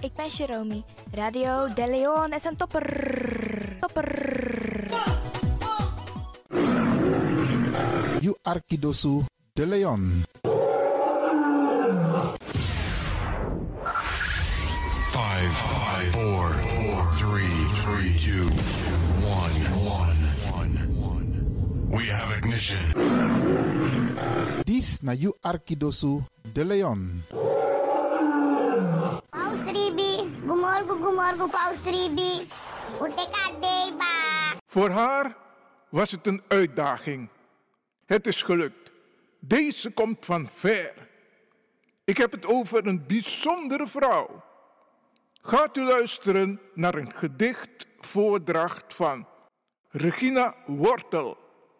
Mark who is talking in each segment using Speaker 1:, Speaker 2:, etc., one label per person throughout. Speaker 1: Ik ben Jerome. Radio De Leon is een topper. Topper.
Speaker 2: You Arkidosu de Leon.
Speaker 3: Five, five, four, four, three, three, two, one, one, one. We have ignition.
Speaker 2: This na You Arkidosu de Leon.
Speaker 4: Paus 3B, gumorgo, gumorgo, Paus 3B. Utekade ba.
Speaker 5: Voor haar was het een uitdaging. Het is gelukt. Deze komt van ver. Ik heb het over een bijzondere vrouw. Gaat u luisteren naar een gedichtvoordracht van Regina Wortel,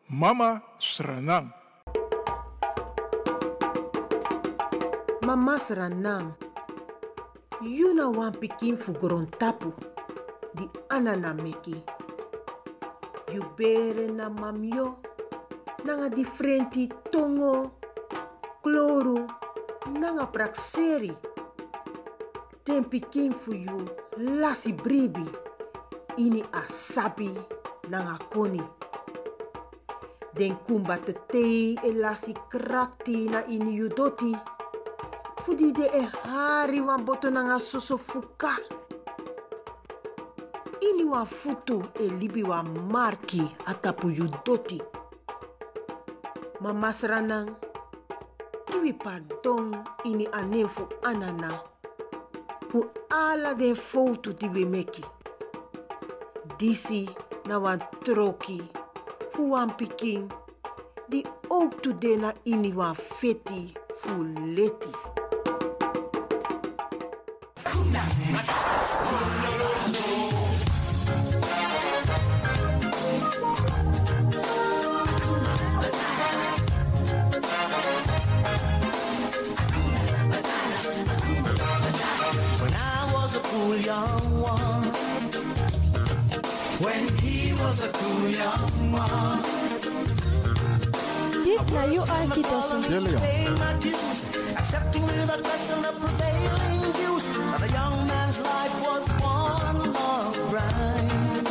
Speaker 5: Mama Sranang.
Speaker 6: Mama Sranam, you know one pikin for Grontapu, the anana meki. You bere na mamyo, nanga differenti tongo, kloro, nanga prakseri. Ten pikin for you, lasi bribi, ini asabi, nanga koni. Den kumba te tei e lasi krakti na ini yudoti. Fudi de e hari wan boto nanga soso fuka. Ini wan futu e libi wan marki atapu yu doti. Mama sranang, kiwi pardon ini anen fu anana. Fu ala den foutu di we meki. Disi na wan troki, fu wan pikin, di ook tu de na ini wan feti fu leti.
Speaker 7: When I was a cool young one. When he was a cool young one.
Speaker 8: This na you Arkidosu.
Speaker 7: Following
Speaker 2: De Leon.
Speaker 7: paying my dues, accepting without question the prevailing views. That a young man's life was one long grind.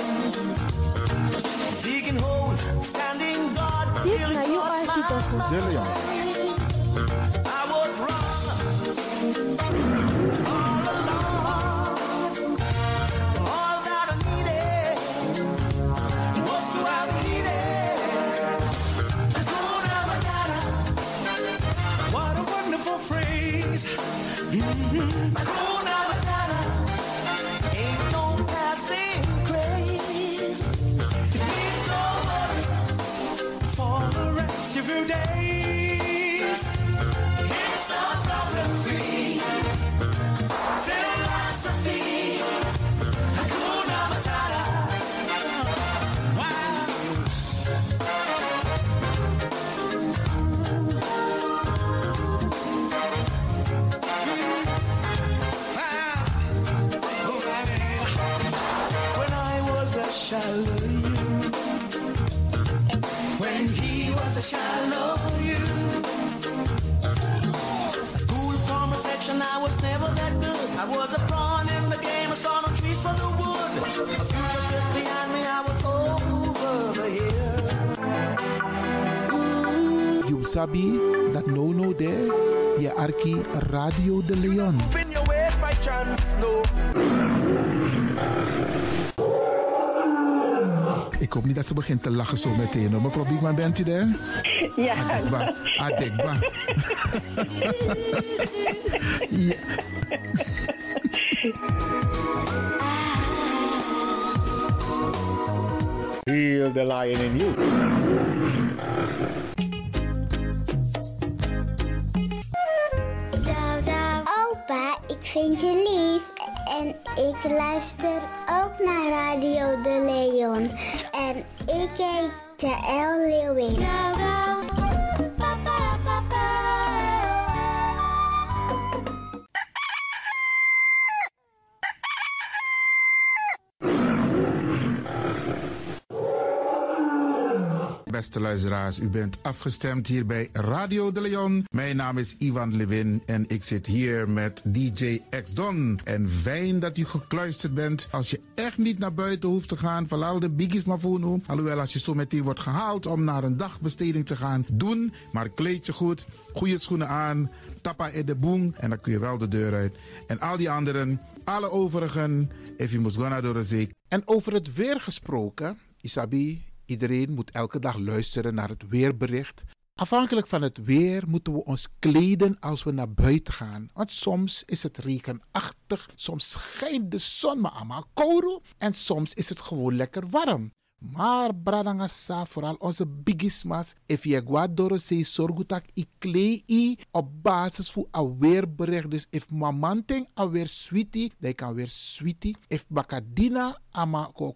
Speaker 7: Digging holes, standing guard.
Speaker 8: This
Speaker 7: till it
Speaker 8: na you
Speaker 7: crossed my
Speaker 8: Arkidosu.
Speaker 2: De Leon.
Speaker 7: I was wrong all along. All that I needed was to have needed. Hakuna Matata. What a wonderful phrase. Mhm. Hakuna Matata. Ain't no passing craze. It's over for the rest of your days. It's a problem-free philosophy. Hakuna Matata. Wow. Wow. Oh, baby. When I was a Shallow you, when he was a shallow you. Cool from reflection, I was never that good. I was a pawn in the game, I saw no trees for the wood. A future sits behind me, I was over the hill.
Speaker 2: You sabi that no no there. Je Arki Radio de Leon.
Speaker 7: In your ways by chance, no.
Speaker 2: Ik hoop niet dat ze begint te lachen zo meteen. hoor. Mevrouw Biekman, bent u daar? Ja. Adekba. Adekba. ja.
Speaker 9: Heel the lion in you.
Speaker 4: Opa, ik vind je lief. En ik luister ook naar Radio De Leon. En ik heet Jaël Leeuwin.
Speaker 2: Ik ben beste luisteraars. U bent afgestemd hier bij Radio de Leon. Mijn naam is Ivan Levin en ik zit hier met DJ X Don. En fijn dat u gekluisterd bent. Als je echt niet naar buiten hoeft te gaan, verlaal de biggies maar voor nu. Alhoewel, als je zo meteen wordt gehaald om naar een dagbesteding te gaan, doen. Maar kleed je goed, goede schoenen aan, tappa in de boom en dan kun je wel de deur uit. En al die anderen, alle overigen, if you must go naar door de zee. En over het weer gesproken, Isabi, iedereen moet elke dag luisteren naar het weerbericht. Afhankelijk van het weer moeten we ons kleden als we naar buiten gaan. Want soms is het regenachtig, soms schijnt de zon maar allemaal kouro en soms is het gewoon lekker warm. Maar bradangasa, vooral onze bigismas, if je guad dorose sorgutak i klei i op basis voor a weerbericht. Dus if mamanting a weer sweetie, dan kan weer sweetie. If bakadina ama ko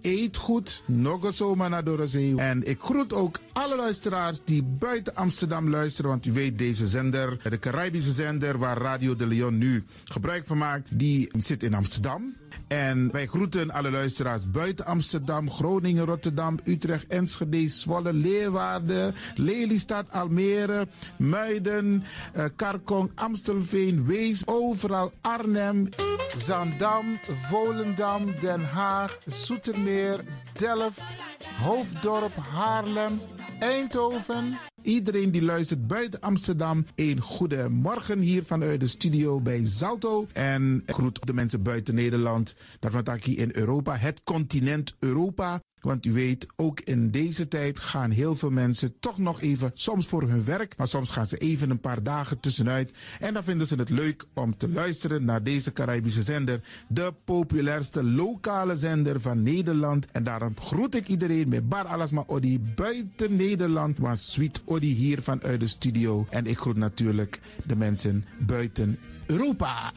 Speaker 2: eet goed. Nog een zomaar naar Dorozee. En ik groet ook alle luisteraars die buiten Amsterdam luisteren. Want u weet, deze zender, de Caribische zender waar Radio de Leon nu gebruik van maakt, die zit in Amsterdam. En wij groeten alle luisteraars buiten Amsterdam, Groningen, Rotterdam, Utrecht, Enschede, Zwolle, Leeuwarden, Lelystad, Almere, Muiden, eh, Karkong, Amstelveen, Wees, overal Arnhem, Zandam, Volendam, Den Haag, Zoetermeer, Delft, Hoofddorp, Haarlem, Eindhoven. Iedereen die luistert buiten Amsterdam, een goede morgen hier vanuit de studio bij Zalto. En ik groet de mensen buiten Nederland, dat wat ik hier in Europa, het continent Europa. Want u weet, ook in deze tijd gaan heel veel mensen toch nog even, soms voor hun werk, maar soms gaan ze even een paar dagen tussenuit. En dan vinden ze het leuk om te luisteren naar deze Caribische zender, de populairste lokale zender van Nederland. En daarom groet ik iedereen met Bar Alasma Odi buiten Nederland, maar Sweet Odi hier vanuit de studio. En ik groet natuurlijk de mensen buiten Europa.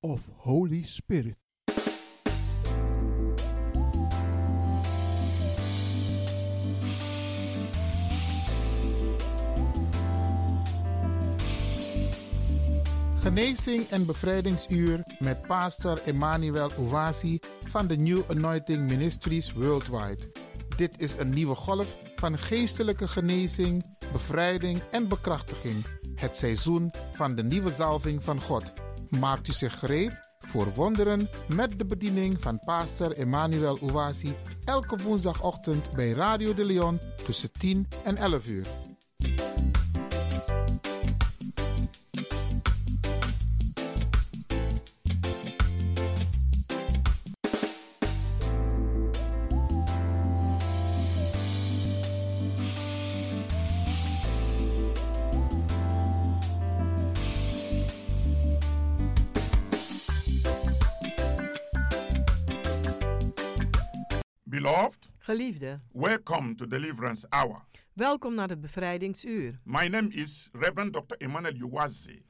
Speaker 8: of Holy Spirit.
Speaker 2: Genezing en bevrijdingsuur met pastor Emmanuel Owasi van de New Anointing Ministries Worldwide. Dit is een nieuwe golf van geestelijke genezing, bevrijding en bekrachtiging. Het seizoen van de nieuwe zalving van God. Maakt u zich gereed voor wonderen met de bediening van pastor Emmanuel Owasi elke woensdagochtend bij Radio de Leon tussen 10 en 11 uur.
Speaker 10: Beloved,
Speaker 11: Geliefde,
Speaker 10: welcome to Deliverance Hour.
Speaker 11: welkom naar het bevrijdingsuur.
Speaker 10: My name is Reverend Dr. Emmanuel Uwazi,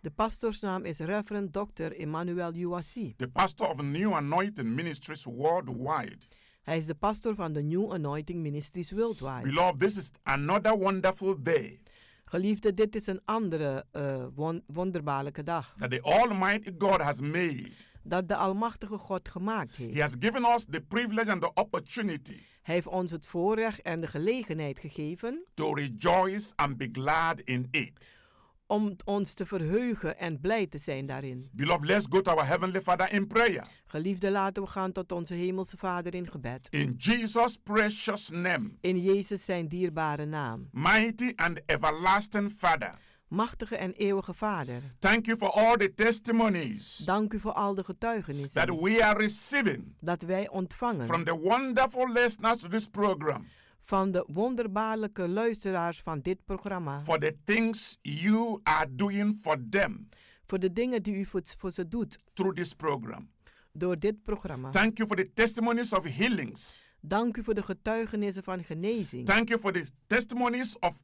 Speaker 11: De pastorsnaam is Reverend Dr. Emmanuel Uwasi.
Speaker 10: the pastor of New Anointing Ministries worldwide.
Speaker 11: Hij is de pastor van de New Anointing Ministries Worldwide.
Speaker 10: Beloved, this is another wonderful day
Speaker 11: Geliefde, dit is een andere eh, won- wonderbaarlijke dag
Speaker 10: that the Almighty God has made.
Speaker 11: dat de Almachtige God gemaakt heeft.
Speaker 10: He has given us the privilege and the opportunity
Speaker 11: Hij heeft ons het voorrecht en de gelegenheid gegeven
Speaker 10: to rejoice and be glad in it.
Speaker 11: om ons te verheugen en blij te zijn daarin.
Speaker 10: Beloved, let's go to our Heavenly Father in prayer.
Speaker 11: Geliefde, laten we gaan tot onze Hemelse Vader in gebed.
Speaker 10: In Jesus' precious name,
Speaker 11: In Jezus zijn dierbare naam.
Speaker 10: mighty and everlasting Father,
Speaker 11: Machtige en eeuwige Vader,
Speaker 10: thank you for all the testimonies
Speaker 11: dank u voor al de
Speaker 10: that
Speaker 11: getuigenissen
Speaker 10: we are receiving
Speaker 11: dat wij ontvangen
Speaker 10: from the wonderful listeners to this program
Speaker 11: van de wonderbaarlijke luisteraars van dit programma.
Speaker 10: for the things you are doing for them
Speaker 11: Voor de dingen die u voor, voor ze doet
Speaker 10: through this program.
Speaker 11: door dit programma.
Speaker 10: Thank you for the testimonies of healings.
Speaker 11: Dank u voor de getuigenissen van genezing.
Speaker 10: Thank you for the testimonies of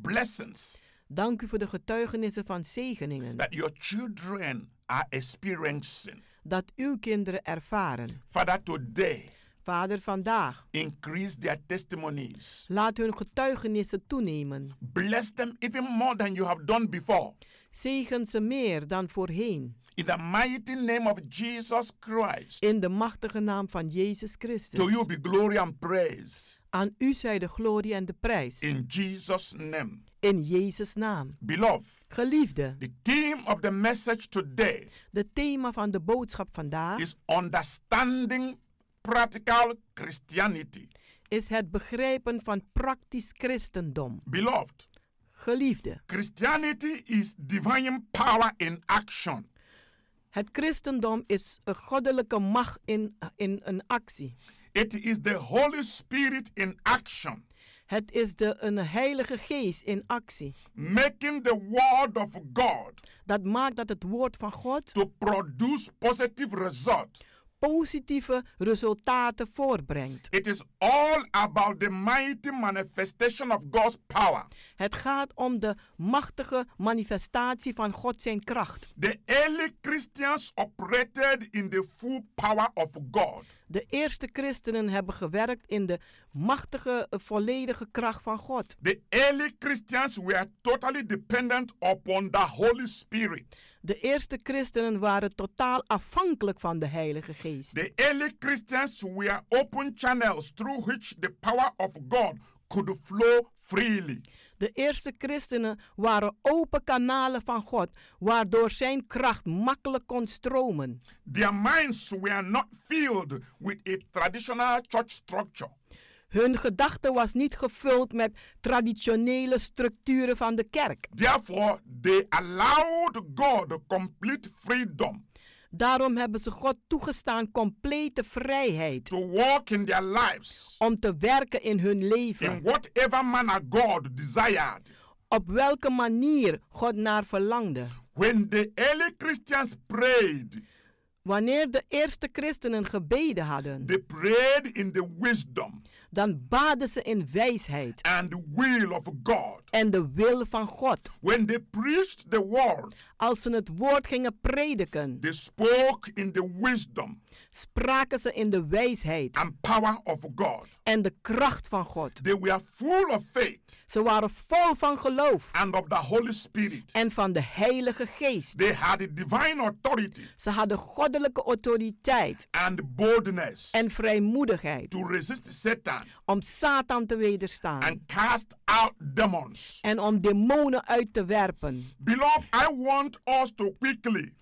Speaker 10: blessings
Speaker 11: Dank u voor de getuigenissen van zegeningen
Speaker 10: that your children are experiencing.
Speaker 11: dat uw kinderen ervaren.
Speaker 10: Father, today,
Speaker 11: Vader, vandaag
Speaker 10: increase their testimonies.
Speaker 11: laat hun getuigenissen toenemen.
Speaker 10: Bless them even more than you have done before.
Speaker 11: Zegen ze meer dan voorheen.
Speaker 10: In the mighty name of Jesus Christ,
Speaker 11: In de machtige naam van
Speaker 10: to
Speaker 11: Jezus
Speaker 10: you
Speaker 11: Christus.
Speaker 10: be glory and praise.
Speaker 11: Aan u zij de glorie en de prijs.
Speaker 10: In Jesus' name.
Speaker 11: In Jezus' naam.
Speaker 10: Beloved,
Speaker 11: Geliefde,
Speaker 10: The theme of the message today
Speaker 11: de thema van de boodschap vandaag
Speaker 10: is understanding practical Christianity.
Speaker 11: is het begrijpen van praktisch christendom.
Speaker 10: Beloved,
Speaker 11: Geliefde,
Speaker 10: Christianity is divine power in action.
Speaker 11: het christendom is een goddelijke macht in, in een actie.
Speaker 10: It is the Holy Spirit in action,
Speaker 11: Het is de, een heilige geest in actie.
Speaker 10: making the word of God
Speaker 11: Dat maakt dat het woord van God
Speaker 10: to produce positive result.
Speaker 11: positieve resultaten voortbrengt.
Speaker 10: It is all about the mighty manifestation of God's power.
Speaker 11: Het gaat om de machtige manifestatie van God zijn kracht.
Speaker 10: The early Christians operated in the full power of God.
Speaker 11: De eerste christenen hebben gewerkt in de machtige, eh, volledige kracht van God.
Speaker 10: The early Christians were totally dependent upon the Holy Spirit.
Speaker 11: De eerste christenen waren totaal afhankelijk van de Heilige Geest.
Speaker 10: The early Christians were open channels through which the power of God could flow freely.
Speaker 11: De eerste christenen waren open kanalen van God, waardoor zijn kracht makkelijk kon stromen.
Speaker 10: Their minds were not filled with a traditional church structure.
Speaker 11: Hun gedachte was niet gevuld met traditionele structuren van de kerk.
Speaker 10: Therefore, they allowed God complete freedom
Speaker 11: Daarom hebben ze God toegestaan complete vrijheid.
Speaker 10: To walk in their lives.
Speaker 11: Om te werken in hun leven.
Speaker 10: In whatever manner God desired.
Speaker 11: Op welke manier God naar verlangde.
Speaker 10: When the early Christians prayed.
Speaker 11: Wanneer de eerste christenen gebeden hadden,
Speaker 10: they prayed in the wisdom,
Speaker 11: dan baden ze in wijsheid
Speaker 10: and the will of God.
Speaker 11: en de wil van God.
Speaker 10: When they preached the word,
Speaker 11: Als ze het woord gingen prediken,
Speaker 10: they spoke in the wisdom
Speaker 11: spraken ze in de wijsheid
Speaker 10: and power of God.
Speaker 11: en de kracht van God.
Speaker 10: They were full of faith
Speaker 11: Ze waren vol van geloof
Speaker 10: and of the Holy Spirit.
Speaker 11: en van de Heilige Geest.
Speaker 10: They had a divine authority
Speaker 11: Ze hadden goddelijke autoriteit
Speaker 10: and boldness
Speaker 11: en vrijmoedigheid
Speaker 10: to resist Satan
Speaker 11: om Satan te wederstaan
Speaker 10: and cast out demons.
Speaker 11: en om demonen uit te werpen.
Speaker 10: Beloved, I want us to quickly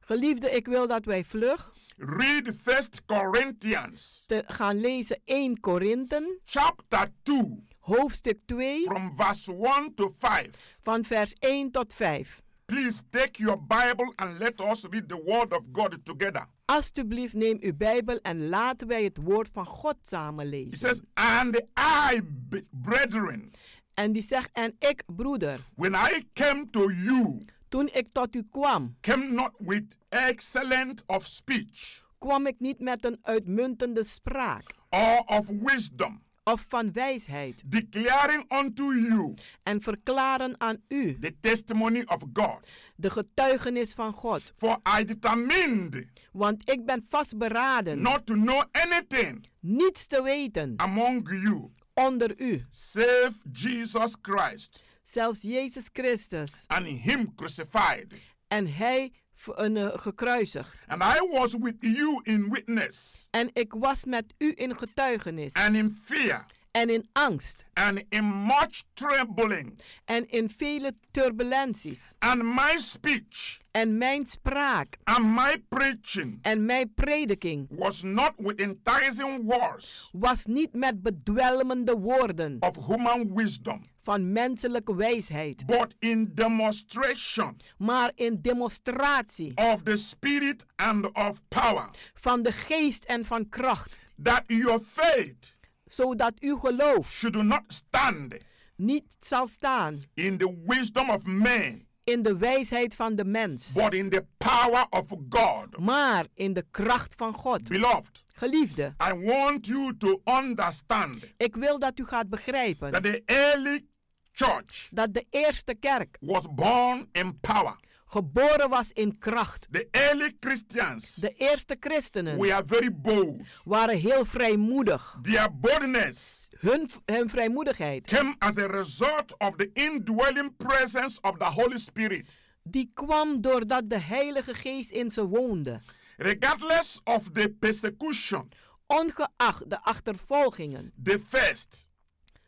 Speaker 11: Geliefde, ik wil dat wij vlug
Speaker 10: read First Corinthians
Speaker 11: te gaan lezen 1 Korinthe,
Speaker 10: chapter 2
Speaker 11: hoofdstuk 2,
Speaker 10: from verse 1 to 5.
Speaker 11: van vers 1 tot 5.
Speaker 10: Please take your Bible and let us read the word of God together.
Speaker 11: Alsjeblieft, neem uw Bijbel en laten wij het woord van God samen
Speaker 10: He
Speaker 11: lezen.
Speaker 10: says, And I, b- brethren,
Speaker 11: En die zegt, en ik, broeder,
Speaker 10: when I came to you,
Speaker 11: toen ik tot u kwam,
Speaker 10: came not with excellent of speech
Speaker 11: kwam ik niet met een uitmuntende spraak
Speaker 10: or of wisdom,
Speaker 11: of van wijsheid
Speaker 10: declaring unto you
Speaker 11: en verklaren aan u
Speaker 10: the testimony of God.
Speaker 11: de getuigenis van God.
Speaker 10: For I determined
Speaker 11: Want ik ben vastberaden
Speaker 10: not to know anything
Speaker 11: niets te weten
Speaker 10: among you
Speaker 11: onder u,
Speaker 10: save Jesus Christ
Speaker 11: zelfs Jezus Christus.
Speaker 10: and Him crucified.
Speaker 11: en hij v- een, eh, gekruisigd.
Speaker 10: And I was with you in witness
Speaker 11: En ik was met u in getuigenis
Speaker 10: and in fear
Speaker 11: en in angst
Speaker 10: and in much trembling.
Speaker 11: en in vele turbulenties.
Speaker 10: And my speech
Speaker 11: En mijn spraak
Speaker 10: and my preaching
Speaker 11: en mijn prediking
Speaker 10: was not with enticing words
Speaker 11: was niet met bedwelmende woorden
Speaker 10: of human wisdom,
Speaker 11: van menselijke wijsheid,
Speaker 10: but in demonstration
Speaker 11: maar in demonstratie
Speaker 10: of the Spirit and of power,
Speaker 11: van de geest en van kracht,
Speaker 10: that your faith
Speaker 11: zodat uw geloof
Speaker 10: should not stand
Speaker 11: niet zal staan
Speaker 10: in the wisdom of men,
Speaker 11: in de wijsheid van de mens,
Speaker 10: but in the power of God.
Speaker 11: maar in de kracht van God.
Speaker 10: Beloved,
Speaker 11: Geliefde,
Speaker 10: I want you to understand
Speaker 11: Ik wil dat u gaat begrijpen
Speaker 10: that the early church
Speaker 11: dat de eerste kerk
Speaker 10: was born in power.
Speaker 11: geboren was in kracht.
Speaker 10: The early Christians
Speaker 11: De eerste christenen
Speaker 10: were very bold.
Speaker 11: waren heel vrijmoedig.
Speaker 10: Their boldness
Speaker 11: Hun, hun vrijmoedigheid
Speaker 10: came as a result of the indwelling presence of the Holy Spirit.
Speaker 11: die kwam doordat de Heilige Geest in ze woonde.
Speaker 10: Regardless of the persecution
Speaker 11: Ongeacht de achtervolgingen
Speaker 10: they faced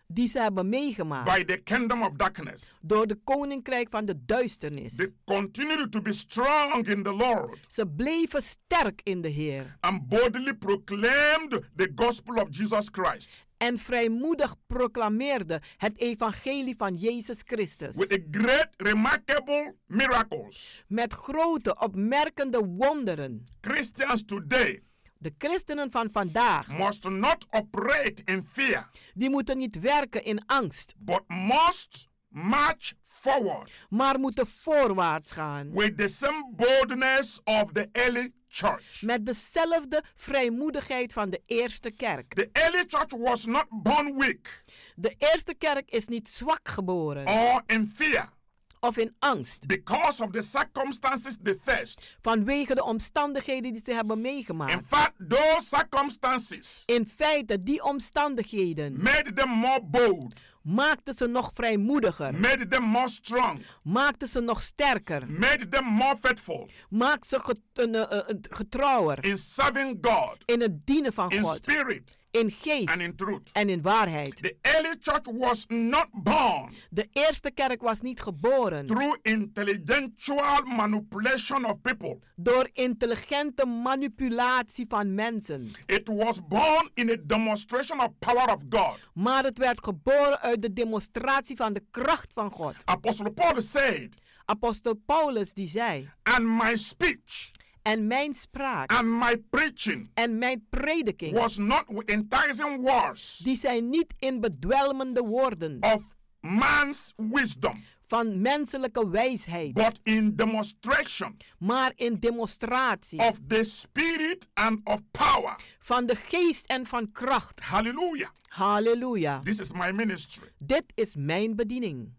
Speaker 11: die ze hebben meegemaakt
Speaker 10: by the kingdom of darkness,
Speaker 11: door de koninkrijk van de
Speaker 10: they
Speaker 11: duisternis.
Speaker 10: continued to be strong in the Lord
Speaker 11: Ze bleven sterk in de Heer
Speaker 10: and boldly proclaimed the gospel of Jesus Christ
Speaker 11: en vrijmoedig proclameerden het evangelie van Jezus
Speaker 10: with
Speaker 11: Christus.
Speaker 10: a great, remarkable miracles.
Speaker 11: Met grote, opmerkende wonderen.
Speaker 10: Christians today
Speaker 11: De christenen van vandaag,
Speaker 10: must not operate in fear,
Speaker 11: die moeten niet werken in angst,
Speaker 10: but must march forward
Speaker 11: maar moeten voorwaarts gaan.
Speaker 10: with the same boldness of the early church.
Speaker 11: Met dezelfde vrijmoedigheid van de eerste kerk.
Speaker 10: The early church was not born weak Oh.
Speaker 11: De eerste kerk is niet zwak geboren
Speaker 10: or in fear
Speaker 11: of in angst
Speaker 10: because of the circumstances they faced.
Speaker 11: vanwege de omstandigheden die ze hebben
Speaker 10: In
Speaker 11: meegemaakt.
Speaker 10: fact, those circumstances
Speaker 11: In feite, die omstandigheden
Speaker 10: made them more bold,
Speaker 11: maakten ze nog vrijmoediger,
Speaker 10: made them more strong,
Speaker 11: maakten ze nog sterker,
Speaker 10: made them more faithful
Speaker 11: maakten ze get- een, eh, eh, getrouwer
Speaker 10: in serving God
Speaker 11: in het dienen van
Speaker 10: in
Speaker 11: God,
Speaker 10: spirit
Speaker 11: in
Speaker 10: and
Speaker 11: geest
Speaker 10: in truth.
Speaker 11: en in waarheid.
Speaker 10: The early church was not born
Speaker 11: De eerste kerk was niet geboren
Speaker 10: through intellectual manipulation of people.
Speaker 11: door intelligente manipulatie van mensen,
Speaker 10: It was born in a demonstration of power of God.
Speaker 11: maar het werd geboren uit de demonstratie van de kracht van God.
Speaker 10: Apostle Paul said,
Speaker 11: Apostel Paulus die zei,
Speaker 10: "And my speech
Speaker 11: en En mijn spraak.
Speaker 5: And my preaching
Speaker 11: en mijn prediking.
Speaker 5: was not with enticing words
Speaker 11: die zijn niet in bedwelmende woorden.
Speaker 5: of man's wisdom,
Speaker 11: van menselijke wijsheid.
Speaker 5: but in demonstration
Speaker 11: maar in demonstratie.
Speaker 5: of the spirit and of power.
Speaker 11: van de geest en van kracht.
Speaker 5: Hallelujah.
Speaker 11: Halleluja.
Speaker 5: This is my ministry.
Speaker 11: Dit is mijn bediening.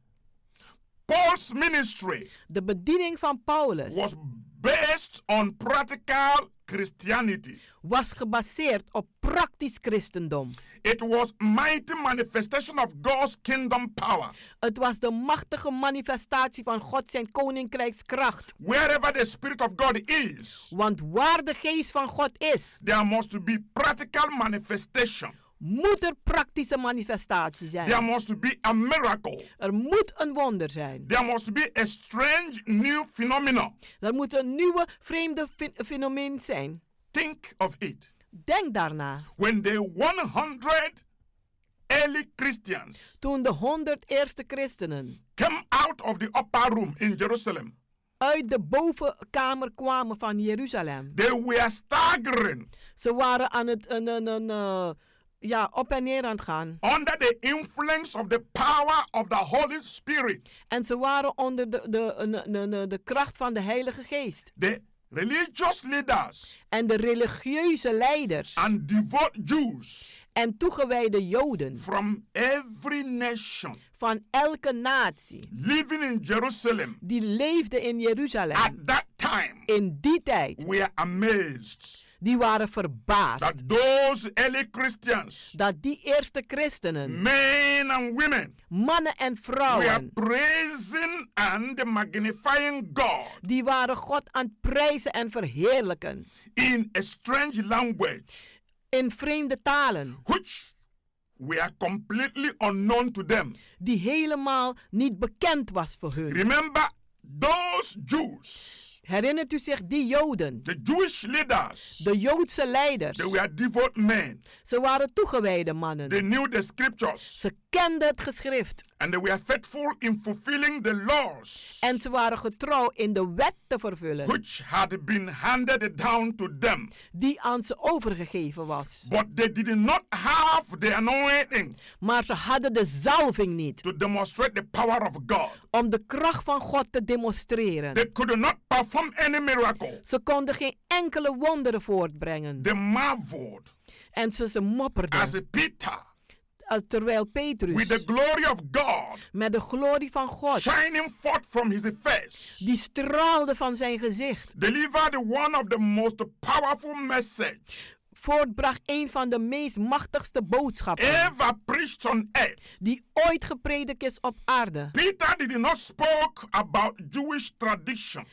Speaker 5: Paul's ministry
Speaker 11: De bediening van Paulus
Speaker 5: was based on practical Christianity.
Speaker 11: was gebaseerd op praktisch christendom.
Speaker 5: It was mighty manifestation of God's kingdom power.
Speaker 11: Het was de machtige manifestatie van God zijn koninkrijkskracht.
Speaker 5: Wherever the spirit of God is,
Speaker 11: Want waar de geest van God is,
Speaker 5: there must be practical manifestation.
Speaker 11: moet er praktische manifestatie
Speaker 5: There
Speaker 11: zijn.
Speaker 5: must be a miracle.
Speaker 11: Er moet een wonder zijn.
Speaker 5: There must be a strange new phenomenon.
Speaker 11: Er moet een nieuwe vreemde fe- fenomeen zijn.
Speaker 5: Think of it.
Speaker 11: Denk daarna.
Speaker 5: When the 100 early Christians
Speaker 11: Toen de 100 eerste christenen
Speaker 5: came out of the upper room in Jerusalem,
Speaker 11: uit de bovenkamer kwamen van Jeruzalem.
Speaker 5: they were staggering
Speaker 11: Ze waren aan het een, een, een, eh, ja, op en neer aan het gaan.
Speaker 5: under the influence of the power of the Holy Spirit.
Speaker 11: En ze waren onder de, de, een- een- een- de kracht van de Heilige Geest.
Speaker 5: The religious leaders
Speaker 11: En de religieuze leiders
Speaker 5: and devout Jews
Speaker 11: en toegewijde Joden
Speaker 5: from every nation
Speaker 11: van elke natie
Speaker 5: living in Jerusalem
Speaker 11: die leefden in Jeruzalem
Speaker 5: at that time
Speaker 11: in die tijd,
Speaker 5: were amazed
Speaker 11: die waren verbaasd
Speaker 5: that those early Christians,
Speaker 11: dat die eerste christenen,
Speaker 5: men and women,
Speaker 11: mannen en
Speaker 5: were
Speaker 11: vrouwen,
Speaker 5: praising and magnifying God
Speaker 11: die waren God aan het prijzen en verheerlijken
Speaker 5: in a strange language
Speaker 11: in vreemde talen
Speaker 5: which were completely unknown to them.
Speaker 11: die helemaal niet bekend was voor hun.
Speaker 5: Remember, those Jews,
Speaker 11: Herinnert u zich die Joden,
Speaker 5: the Jewish leaders,
Speaker 11: de Joodse leiders?
Speaker 5: they were devout men.
Speaker 11: Ze waren toegewijde mannen.
Speaker 5: They knew the scriptures
Speaker 11: Ze kenden het geschrift
Speaker 5: and they were faithful in fulfilling the laws
Speaker 11: en ze waren getrouw in de wet te vervullen
Speaker 5: which had been handed down to them.
Speaker 11: die aan ze overgegeven was.
Speaker 5: But they did not have the anointing
Speaker 11: Maar ze hadden de zalving niet
Speaker 5: to demonstrate the power of God.
Speaker 11: om de kracht van God te demonstreren.
Speaker 5: They could not perform any miracle.
Speaker 11: Ze konden geen enkele wonderen voortbrengen
Speaker 5: They marveled
Speaker 11: en ze ze
Speaker 5: as
Speaker 11: mopperden.
Speaker 5: a Peter
Speaker 11: Als- Terwijl
Speaker 5: with the
Speaker 11: Petrus
Speaker 5: glory of God
Speaker 11: met de glorie van God
Speaker 5: shining forth from his face
Speaker 11: die straalde van zijn gezicht.
Speaker 5: delivered one of the most powerful message
Speaker 11: Voortbracht een van de meest machtigste boodschappen
Speaker 5: ever preached on earth.
Speaker 11: die ooit gepredikt is op aarde.
Speaker 5: Peter did not spoke about Jewish tradition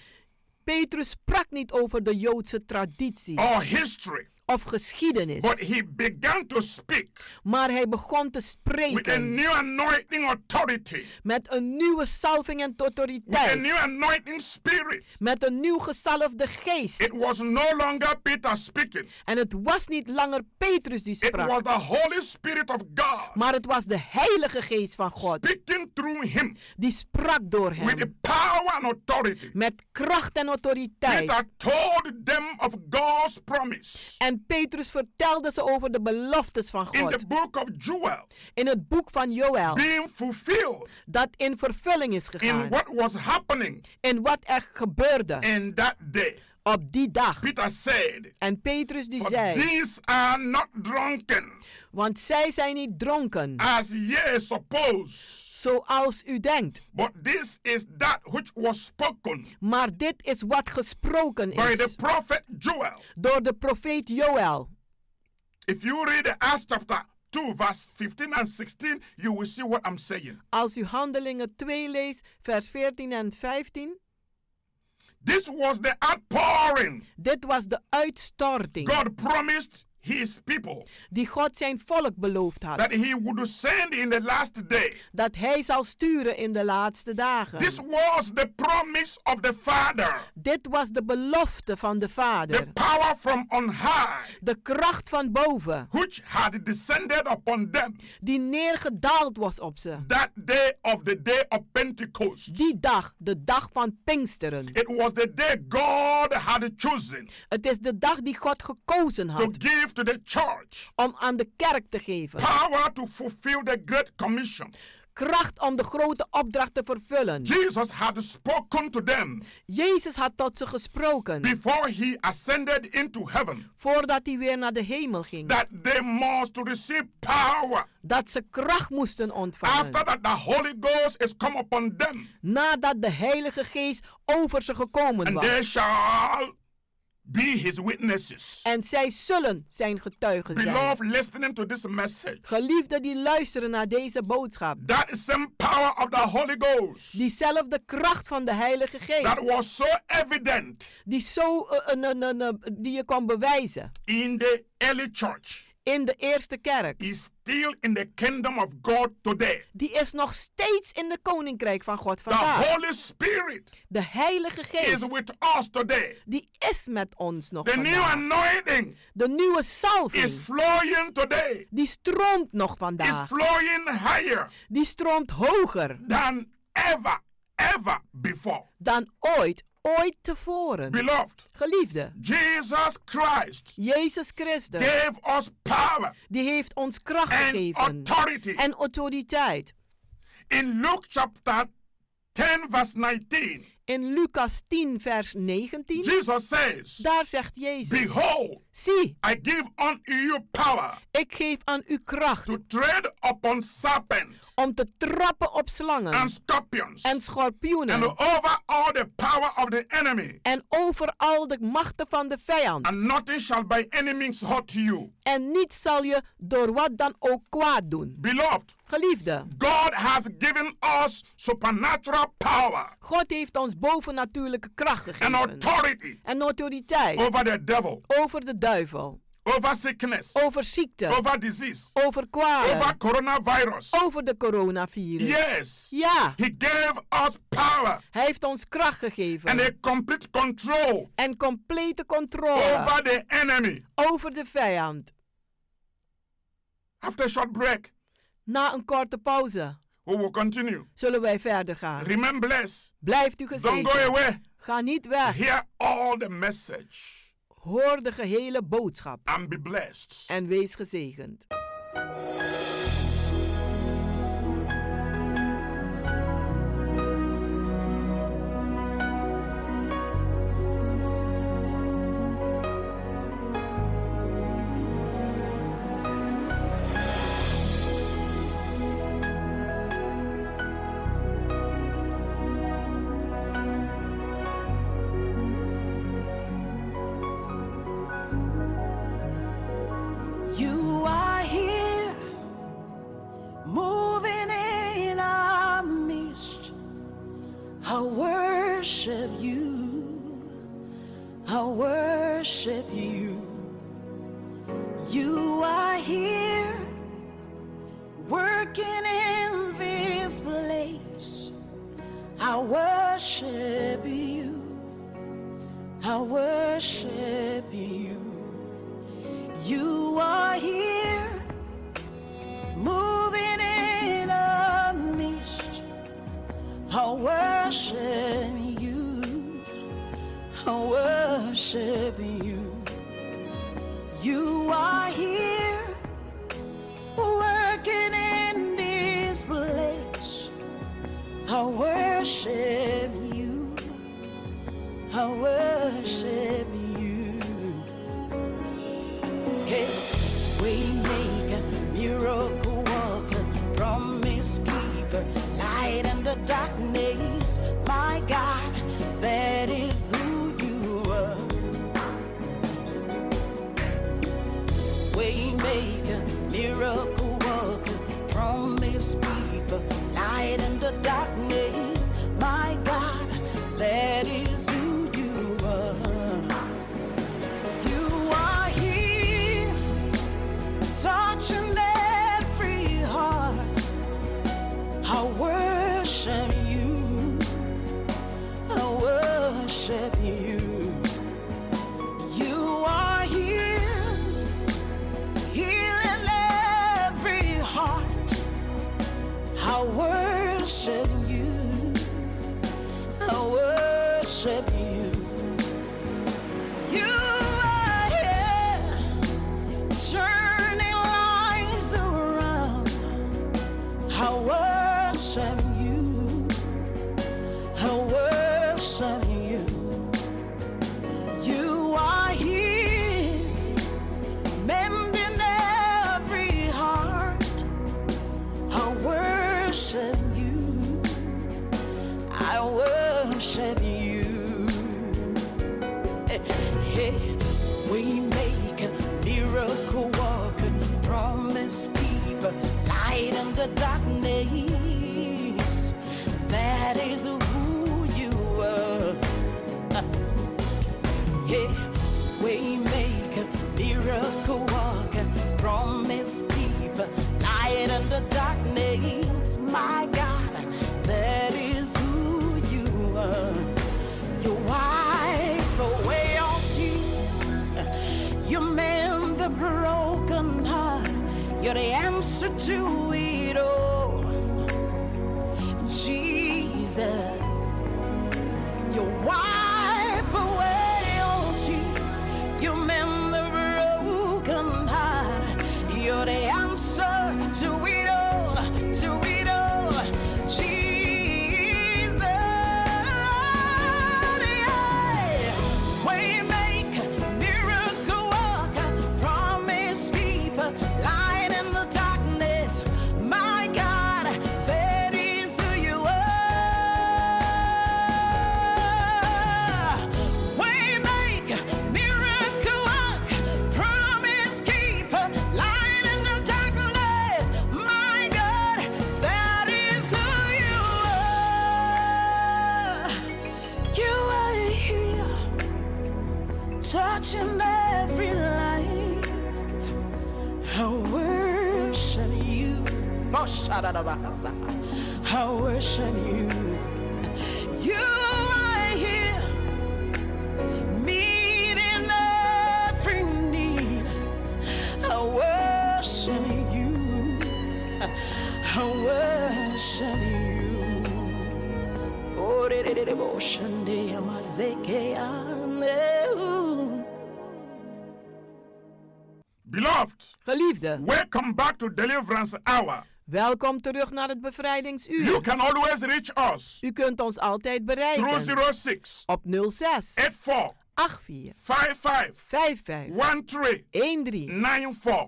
Speaker 11: Petrus sprak niet over de Joodse traditie
Speaker 5: or history,
Speaker 11: of geschiedenis,
Speaker 5: but he began to speak
Speaker 11: maar hij begon te
Speaker 5: with a
Speaker 11: spreken
Speaker 5: new anointing authority,
Speaker 11: met een nieuwe salving en
Speaker 5: with a
Speaker 11: autoriteit,
Speaker 5: new anointing spirit.
Speaker 11: met een nieuw gezalfde geest.
Speaker 5: It was no longer Peter speaking.
Speaker 11: En het was niet langer Petrus die
Speaker 5: It was
Speaker 11: sprak,
Speaker 5: the Holy Spirit of God
Speaker 11: maar het was de Heilige Geest van God
Speaker 5: speaking through him
Speaker 11: die sprak door
Speaker 5: with the
Speaker 11: hem
Speaker 5: power and authority.
Speaker 11: met kracht en autoriteit.
Speaker 5: Peter told them of God's promise
Speaker 11: En Petrus vertelde ze over de beloftes van
Speaker 5: in the
Speaker 11: God Oh.
Speaker 5: book of Joel
Speaker 11: in het boek van Joël,
Speaker 5: being fulfilled
Speaker 11: dat in vervulling is
Speaker 5: in
Speaker 11: gegaan
Speaker 5: what was happening
Speaker 11: en wat er gebeurde
Speaker 5: in that day.
Speaker 11: op die dag.
Speaker 5: Peter said,
Speaker 11: En Petrus die
Speaker 5: But
Speaker 11: zei,
Speaker 5: these are not drunken
Speaker 11: want zij zijn niet dronken,
Speaker 5: as ye suppose,
Speaker 11: zoals u denkt.
Speaker 5: but this is that which was spoken
Speaker 11: Maar dit is wat gesproken
Speaker 5: by the
Speaker 11: is
Speaker 5: prophet Joel.
Speaker 11: door de profeet Joël.
Speaker 5: If you read Acts chapter 2, verse 15 and 16, you will see what I'm saying.
Speaker 11: Als u Handelingen 2 leest, vers 14 en 15,
Speaker 5: This was the outpouring
Speaker 11: dit was de uitstorting
Speaker 5: God promised his people.
Speaker 11: Die God zijn volk beloofd had.
Speaker 5: That he would send in the last day.
Speaker 11: Dat hij zal sturen in de laatste dagen.
Speaker 5: This was the promise of the Father.
Speaker 11: Dit was de belofte van de
Speaker 5: The
Speaker 11: Vader.
Speaker 5: power from on high
Speaker 11: De kracht van boven.
Speaker 5: which had descended upon them
Speaker 11: Die neergedaald was op ze.
Speaker 5: that day of the day of Pentecost.
Speaker 11: Die dag, de dag van Pinksteren.
Speaker 5: It was the day God had chosen
Speaker 11: Het is de dag die God gekozen
Speaker 5: to
Speaker 11: had
Speaker 5: give to the church
Speaker 11: om aan de kerk te geven.
Speaker 5: power to fulfill the great commission.
Speaker 11: Kracht om de grote opdracht te vervullen.
Speaker 5: Jesus had spoken to them
Speaker 11: Jezus had tot ze gesproken
Speaker 5: before he ascended into heaven
Speaker 11: voordat hij weer naar de hemel ging.
Speaker 5: that they must receive power
Speaker 11: Dat ze kracht moesten
Speaker 5: after
Speaker 11: ontvangen
Speaker 5: that the Holy Ghost is come upon them
Speaker 11: nadat de Heilige Geest over ze gekomen
Speaker 5: and they
Speaker 11: was.
Speaker 5: shall be his witnesses.
Speaker 11: En zij zullen zijn getuigen zijn.
Speaker 5: Beloved, listening to this message,
Speaker 11: Geliefden die luisteren naar deze boodschap.
Speaker 5: that same power of the Holy Ghost
Speaker 11: Diezelfde kracht van de Heilige
Speaker 5: that
Speaker 11: Geest.
Speaker 5: was so evident
Speaker 11: Die, zo, eh, eh, eh, eh, eh, die je kon bewijzen
Speaker 5: in the early church
Speaker 11: in de eerste kerk.
Speaker 5: is still in the kingdom of God today.
Speaker 11: die is nog steeds in de koninkrijk van God
Speaker 5: The
Speaker 11: vandaag.
Speaker 5: Holy Spirit
Speaker 11: De Heilige
Speaker 5: Nou, is
Speaker 11: Geest,
Speaker 5: with us today.
Speaker 11: die is met ons nog
Speaker 5: The new
Speaker 11: vandaag.
Speaker 5: anointing
Speaker 11: De nieuwe
Speaker 5: is
Speaker 11: salving,
Speaker 5: flowing today.
Speaker 11: die stroomt nog
Speaker 5: Is
Speaker 11: vandaag.
Speaker 5: flowing higher
Speaker 11: Die stroomt hoger
Speaker 5: than ever, ever before.
Speaker 11: dan ooit, ooit tevoren.
Speaker 5: Beloved,
Speaker 11: Geliefde,
Speaker 5: Jesus Christ
Speaker 11: Jezus Christus,
Speaker 5: gave us power
Speaker 11: die heeft ons kracht
Speaker 5: and
Speaker 11: gegeven
Speaker 5: authority.
Speaker 11: en autoriteit.
Speaker 5: In Luke chapter 10, verse 19,
Speaker 11: In Lucas 10, vers 19,
Speaker 5: Jesus says,
Speaker 11: daar zegt Jezus,
Speaker 5: Behold,
Speaker 11: zie,
Speaker 5: I give unto you power
Speaker 11: ik geef aan u kracht
Speaker 5: to tread upon serpents
Speaker 11: om te trappen op slangen
Speaker 5: and scorpions
Speaker 11: en
Speaker 5: and
Speaker 11: schorpioenen
Speaker 5: over all the power of the enemy,
Speaker 11: en over al de machten van de vijand.
Speaker 5: and nothing shall by any means hurt you.
Speaker 11: En niet zal je door wat dan ook kwaad doen.
Speaker 5: Beloved,
Speaker 11: Geliefde,
Speaker 5: God has given us supernatural power
Speaker 11: God heeft ons bovennatuurlijke kracht
Speaker 5: and
Speaker 11: gegeven
Speaker 5: authority
Speaker 11: en autoriteit
Speaker 5: over the devil,
Speaker 11: over de duivel,
Speaker 5: over sickness,
Speaker 11: over ziekte,
Speaker 5: over disease,
Speaker 11: over
Speaker 5: over
Speaker 11: kwaad,
Speaker 5: coronavirus.
Speaker 11: over de coronavirus.
Speaker 5: Yes,
Speaker 11: Ja,
Speaker 5: He gave us power
Speaker 11: hij heeft ons kracht
Speaker 5: and a
Speaker 11: gegeven
Speaker 5: complete control
Speaker 11: en complete controle
Speaker 5: over the enemy.
Speaker 11: over de vijand.
Speaker 5: After a short break,
Speaker 11: Na een korte pauze
Speaker 5: we will continue.
Speaker 11: zullen wij verder gaan.
Speaker 5: Remain blessed.
Speaker 11: Blijft u
Speaker 5: Don't go
Speaker 11: gezegend.
Speaker 5: away.
Speaker 11: Ga niet weg.
Speaker 5: Hear all the message
Speaker 11: Hoor de gehele boodschap.
Speaker 5: and be blessed.
Speaker 11: en wees gezegend.
Speaker 7: You are here, moving in our midst. I worship you. I worship you. You are here, working in this place. I worship you. I worship you. You are here, moving in a mist. I worship you. I worship you. You are here, working in this place. I worship you. I worship you. Hey, we make a miracle worker, promise keeper, light in the darkness. My God, that is who you are. We make a miracle worker, promise keeper, light in the darkness. My God, that is who you are. You are here, Eh, the darkness. That is who you are. Eh, Hey, waymaker, miracle walker, promise keeper, light in the darkness. My God, that is who you are. You wipe away all tears. You mend the broken heart. You're the answer to it all. Jesus, you wipe away all tears. You mend the broken heart. You're the answer to it all. To it all, Jesus. Waymaker, miracle worker, promise keeper, light in the darkness. My God, that is who you are. Waymaker, miracle worker, promise keeper, light in the darkness. My God, that is who you are. You are here touching every life. I worship you. Boshadadabasa. I worship you. You are here, meeting every need. I worship you. I worship you. Oh, de- de- de- de- boshande amazekeane.
Speaker 10: Beloved,
Speaker 11: Geliefde,
Speaker 10: welcome back to Deliverance Hour.
Speaker 11: welkom terug naar het bevrijdingsuur.
Speaker 10: You can always reach us
Speaker 11: U kunt ons altijd bereiken
Speaker 10: through 06
Speaker 11: op 06
Speaker 10: 84
Speaker 11: 84
Speaker 10: 55
Speaker 11: 55
Speaker 10: 13
Speaker 11: 13
Speaker 10: 94.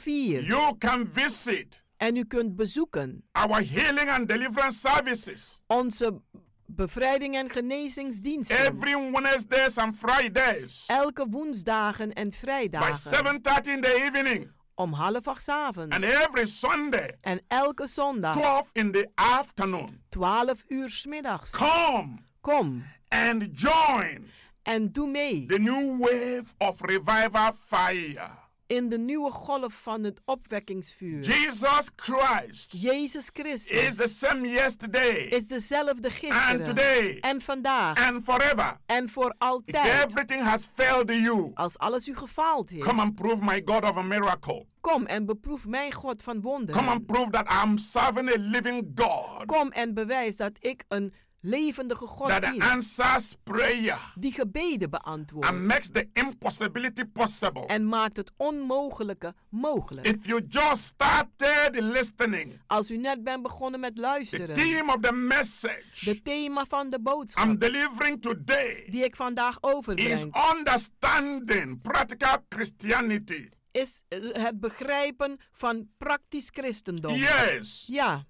Speaker 11: 94.
Speaker 10: You can visit
Speaker 11: En u kunt bezoeken
Speaker 10: our healing and deliverance services
Speaker 11: onze bevrijding en genezingsdiensten.
Speaker 10: every Wednesdays and Fridays
Speaker 11: Elke woensdagen en
Speaker 10: by
Speaker 11: vrijdagen
Speaker 10: 7:30 in the evening
Speaker 11: om half acht 's
Speaker 10: and
Speaker 11: avonds.
Speaker 10: every Sunday
Speaker 11: En elke zondag
Speaker 10: 12 in the afternoon.
Speaker 11: 12 uur 's middags.
Speaker 10: Come
Speaker 11: Kom
Speaker 10: and join
Speaker 11: en doe mee
Speaker 10: the new wave of revival fire.
Speaker 11: in de nieuwe golf van het opwekkingsvuur.
Speaker 10: Jesus Christ
Speaker 11: Jezus
Speaker 10: is the
Speaker 11: Christus
Speaker 10: same yesterday
Speaker 11: is dezelfde
Speaker 10: and today
Speaker 11: gisteren en vandaag
Speaker 10: and forever.
Speaker 11: en voor
Speaker 10: If
Speaker 11: altijd.
Speaker 10: everything has failed you,
Speaker 11: Als alles u gefaald heeft,
Speaker 10: come and prove my God of a miracle.
Speaker 11: kom en beproef mijn God van
Speaker 10: Come and
Speaker 11: wonderen.
Speaker 10: prove that I'm serving a living God
Speaker 11: Kom en bewijs dat ik een levendige God
Speaker 10: that
Speaker 11: dien
Speaker 10: answers prayer
Speaker 11: die gebeden
Speaker 10: and
Speaker 11: beantwoordt
Speaker 10: makes the impossibility possible.
Speaker 11: en maakt het onmogelijke mogelijk.
Speaker 10: If you just started listening,
Speaker 11: Als u net bent begonnen met
Speaker 10: the
Speaker 11: luisteren,
Speaker 10: theme of the message
Speaker 11: de thema van de
Speaker 10: I'm
Speaker 11: boodschap
Speaker 10: delivering today
Speaker 11: die ik vandaag
Speaker 10: is
Speaker 11: overbreng
Speaker 10: understanding practical Christianity.
Speaker 11: is eh, het begrijpen van praktisch christendom.
Speaker 10: Yes.
Speaker 11: Ja,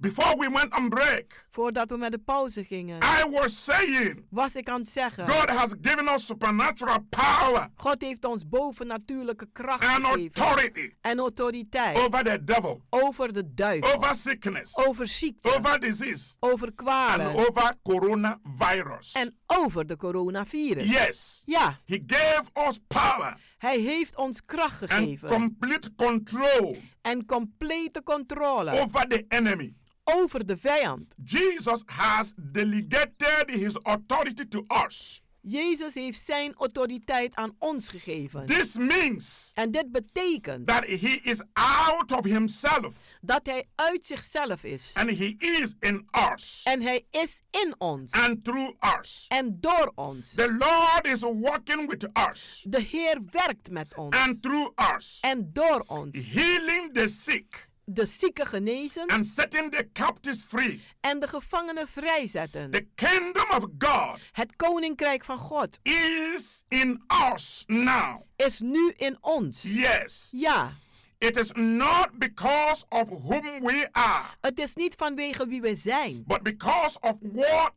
Speaker 10: Before we went on break,
Speaker 11: voordat we met de pauze gingen,
Speaker 10: I was saying
Speaker 11: was ik aan het zeggen:
Speaker 10: God has given us supernatural power
Speaker 11: God heeft ons bovennatuurlijke kracht
Speaker 10: and
Speaker 11: gegeven
Speaker 10: authority
Speaker 11: en autoriteit
Speaker 10: over the devil,
Speaker 11: over de duivel,
Speaker 10: over sickness,
Speaker 11: over ziekte,
Speaker 10: over disease,
Speaker 11: over
Speaker 10: and
Speaker 11: kwalen
Speaker 10: over coronavirus.
Speaker 11: en over de coronavirus.
Speaker 10: Yes.
Speaker 11: Ja,
Speaker 10: He gave us power
Speaker 11: hij heeft ons kracht
Speaker 10: and
Speaker 11: gegeven
Speaker 10: complete control
Speaker 11: en complete controle
Speaker 10: over the enemy.
Speaker 11: over de vijand.
Speaker 10: Jesus has delegated his authority to us.
Speaker 11: Jezus heeft zijn autoriteit aan ons gegeven.
Speaker 10: This means
Speaker 11: En dit betekent
Speaker 10: that he is out of himself
Speaker 11: dat hij uit zichzelf is.
Speaker 10: and he is in us
Speaker 11: En hij is in ons
Speaker 10: and through us.
Speaker 11: en door ons.
Speaker 10: The Lord is working with us
Speaker 11: De Heer werkt met ons
Speaker 10: and through us,
Speaker 11: en door ons.
Speaker 10: healing the sick
Speaker 11: De zieken genezen
Speaker 10: and setting the captives free.
Speaker 11: en de gevangenen vrijzetten.
Speaker 10: The kingdom of God
Speaker 11: Het koninkrijk van God
Speaker 10: is in us now.
Speaker 11: is nu in ons.
Speaker 10: Yes,
Speaker 11: Ja,
Speaker 10: it is not because of whom we are,
Speaker 11: het is niet vanwege wie we zijn,
Speaker 10: but because of what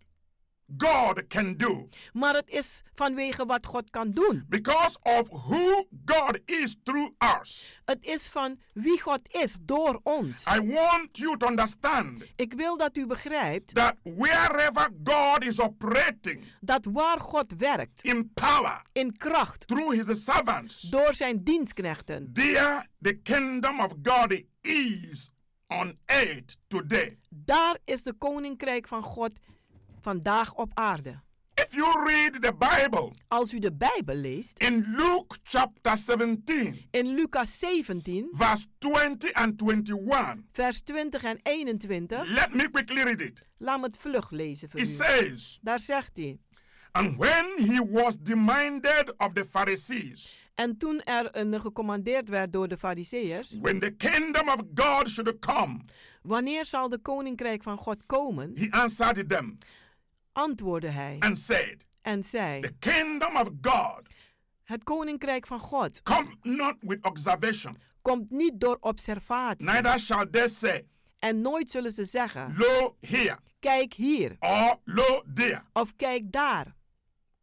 Speaker 10: God can do.
Speaker 11: Maar het is vanwege wat God kan doen.
Speaker 10: Because of who God is through us.
Speaker 11: Het is van wie God is door ons.
Speaker 10: I want you to understand
Speaker 11: Ik wil dat u begrijpt
Speaker 10: that wherever God is operating
Speaker 11: dat waar God werkt
Speaker 10: in power
Speaker 11: in kracht
Speaker 10: through his servants,
Speaker 11: door zijn dienstknechten,
Speaker 10: there the kingdom of God is on earth today.
Speaker 11: daar is de koninkrijk van God vandaag op aarde.
Speaker 10: If you read the Bible
Speaker 11: Als u de Bijbel leest
Speaker 10: in Luke chapter 17,
Speaker 11: in Lucas 17,
Speaker 10: verse 20 and 21,
Speaker 11: vers 20 en 21,
Speaker 10: let me quickly read it.
Speaker 11: laat me het vlug lezen voor
Speaker 10: It
Speaker 11: u.
Speaker 10: says,
Speaker 11: Daar zegt hij.
Speaker 10: And when he was demanded of the Pharisees,
Speaker 11: En toen er een gecommandeerd werd door de Farizeeërs,
Speaker 10: when the kingdom of God should come,
Speaker 11: wanneer zal de koninkrijk van God komen?
Speaker 10: he answered them
Speaker 11: Antwoordde hij
Speaker 10: and said,
Speaker 11: en
Speaker 10: The
Speaker 11: zei:
Speaker 10: kingdom of God
Speaker 11: Het koninkrijk van God
Speaker 10: come not with observation,
Speaker 11: komt niet door observatie.
Speaker 10: neither shall they say,
Speaker 11: En nooit zullen ze zeggen:
Speaker 10: Lo here
Speaker 11: Kijk hier
Speaker 10: or lo there.
Speaker 11: of kijk daar.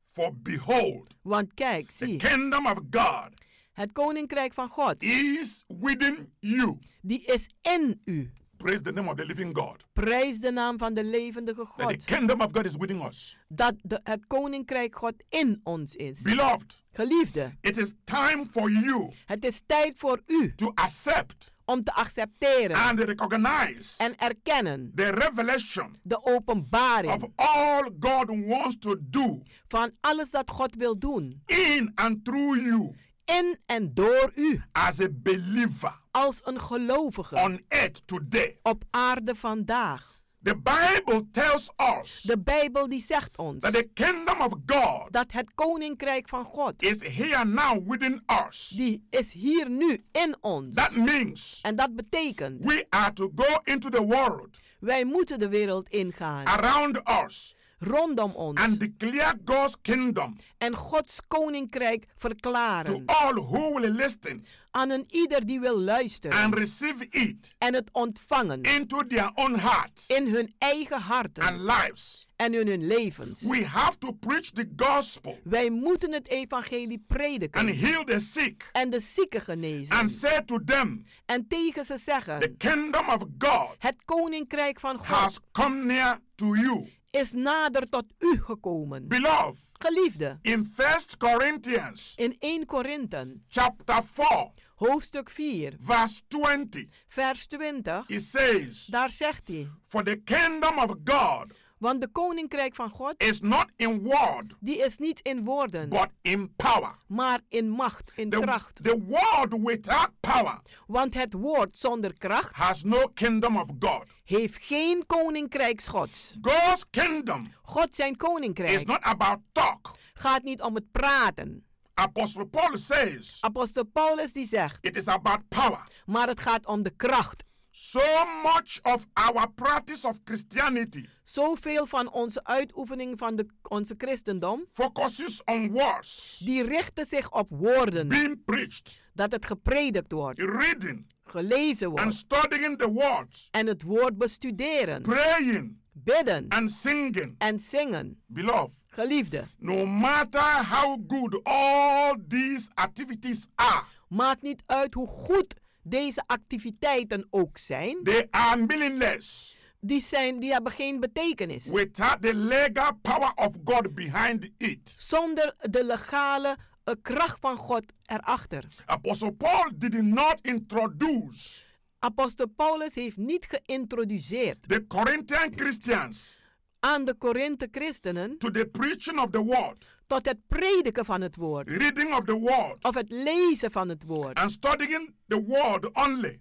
Speaker 10: For behold,
Speaker 11: Want kijk,
Speaker 10: the
Speaker 11: zie,
Speaker 10: kingdom of God
Speaker 11: het koninkrijk van God,
Speaker 10: is within you.
Speaker 11: die is in u.
Speaker 10: Praise the name of the living God.
Speaker 11: Prijs de naam van de levendige
Speaker 10: That the
Speaker 11: God.
Speaker 10: kingdom of God is within us.
Speaker 11: Dat de, het koninkrijk God in ons is.
Speaker 10: Beloved,
Speaker 11: Geliefde,
Speaker 10: it is time for you
Speaker 11: het is tijd voor u
Speaker 10: to accept
Speaker 11: om te accepteren
Speaker 10: and recognize
Speaker 11: en erkennen
Speaker 10: the revelation
Speaker 11: de
Speaker 10: of
Speaker 11: openbaring
Speaker 10: all God wants to do
Speaker 11: van alles dat God wil doen.
Speaker 10: in and through you
Speaker 11: In en door u,
Speaker 10: as a believer
Speaker 11: als een gelovige
Speaker 10: on earth today.
Speaker 11: op aarde vandaag.
Speaker 10: The Bible tells us
Speaker 11: De Bijbel die zegt ons
Speaker 10: that the kingdom of God
Speaker 11: dat het koninkrijk van God,
Speaker 10: is here now within us.
Speaker 11: die is hier nu in ons.
Speaker 10: That means
Speaker 11: En dat betekent,
Speaker 10: we are to go into the world
Speaker 11: wij moeten de wereld ingaan,
Speaker 10: around us
Speaker 11: rondom ons,
Speaker 10: and declare God's kingdom
Speaker 11: en Gods koninkrijk
Speaker 10: to
Speaker 11: verklaren
Speaker 10: all who will listen
Speaker 11: aan een ieder die wil
Speaker 10: and
Speaker 11: luisteren
Speaker 10: receive it
Speaker 11: en het ontvangen
Speaker 10: into their own hearts
Speaker 11: in hun eigen harten
Speaker 10: and lives.
Speaker 11: en in hun levens.
Speaker 10: We have to preach the gospel
Speaker 11: Wij moeten het evangelie
Speaker 10: and
Speaker 11: prediken
Speaker 10: heal the sick
Speaker 11: en de zieken genezen.
Speaker 10: and say to them,
Speaker 11: En tegen ze
Speaker 10: The
Speaker 11: zeggen,
Speaker 10: kingdom of God
Speaker 11: het koninkrijk van God
Speaker 10: has come near to you.
Speaker 11: is nader tot u gekomen.
Speaker 10: Beloved,
Speaker 11: Geliefde,
Speaker 10: in First Corinthians
Speaker 11: in 1 Korinthe,
Speaker 10: chapter 4,
Speaker 11: hoofdstuk 4,
Speaker 10: verse 20,
Speaker 11: vers 20,
Speaker 10: it says,
Speaker 11: daar zegt hij,
Speaker 10: For the kingdom of God
Speaker 11: want de koninkrijk van God,
Speaker 10: is not in word,
Speaker 11: die is niet in woorden,
Speaker 10: but in power.
Speaker 11: maar in macht, in
Speaker 10: The,
Speaker 11: kracht.
Speaker 10: the word without power
Speaker 11: Want het woord zonder kracht
Speaker 10: has no kingdom of God.
Speaker 11: heeft geen koninkrijk Gods.
Speaker 10: God's kingdom
Speaker 11: God zijn
Speaker 10: is
Speaker 11: koninkrijk
Speaker 10: not about talk.
Speaker 11: gaat niet om het praten.
Speaker 10: Apostle Paul says
Speaker 11: Apostel Paulus die zegt,
Speaker 10: it is about power.
Speaker 11: maar het gaat om de kracht.
Speaker 10: So much of our practice of Christianity
Speaker 11: Zoveel van onze uitoefening van de, onze christendom,
Speaker 10: focuses on words
Speaker 11: die richten zich op woorden,
Speaker 10: being preached,
Speaker 11: dat het gepredikt wordt,
Speaker 10: reading
Speaker 11: gelezen
Speaker 10: and
Speaker 11: wordt,
Speaker 10: studying the words,
Speaker 11: en het woord bestuderen,
Speaker 10: praying
Speaker 11: bidden
Speaker 10: and singing.
Speaker 11: en zingen.
Speaker 10: Beloved,
Speaker 11: Geliefde,
Speaker 10: no matter how good all these activities are,
Speaker 11: maakt niet uit hoe goed deze activiteiten ook zijn,
Speaker 10: they are meaningless
Speaker 11: die, zijn, die hebben geen betekenis.
Speaker 10: without the legal power of God behind it.
Speaker 11: zonder de legale eh, kracht van God erachter.
Speaker 10: Apostle Paul did not introduce
Speaker 11: Apostel Paulus heeft niet geïntroduceerd
Speaker 10: the Corinthian Christians
Speaker 11: aan de Korinthe christenen
Speaker 10: to the preaching of the word,
Speaker 11: tot het prediken van het woord
Speaker 10: reading of the word,
Speaker 11: of het lezen van het woord
Speaker 10: and studying the word only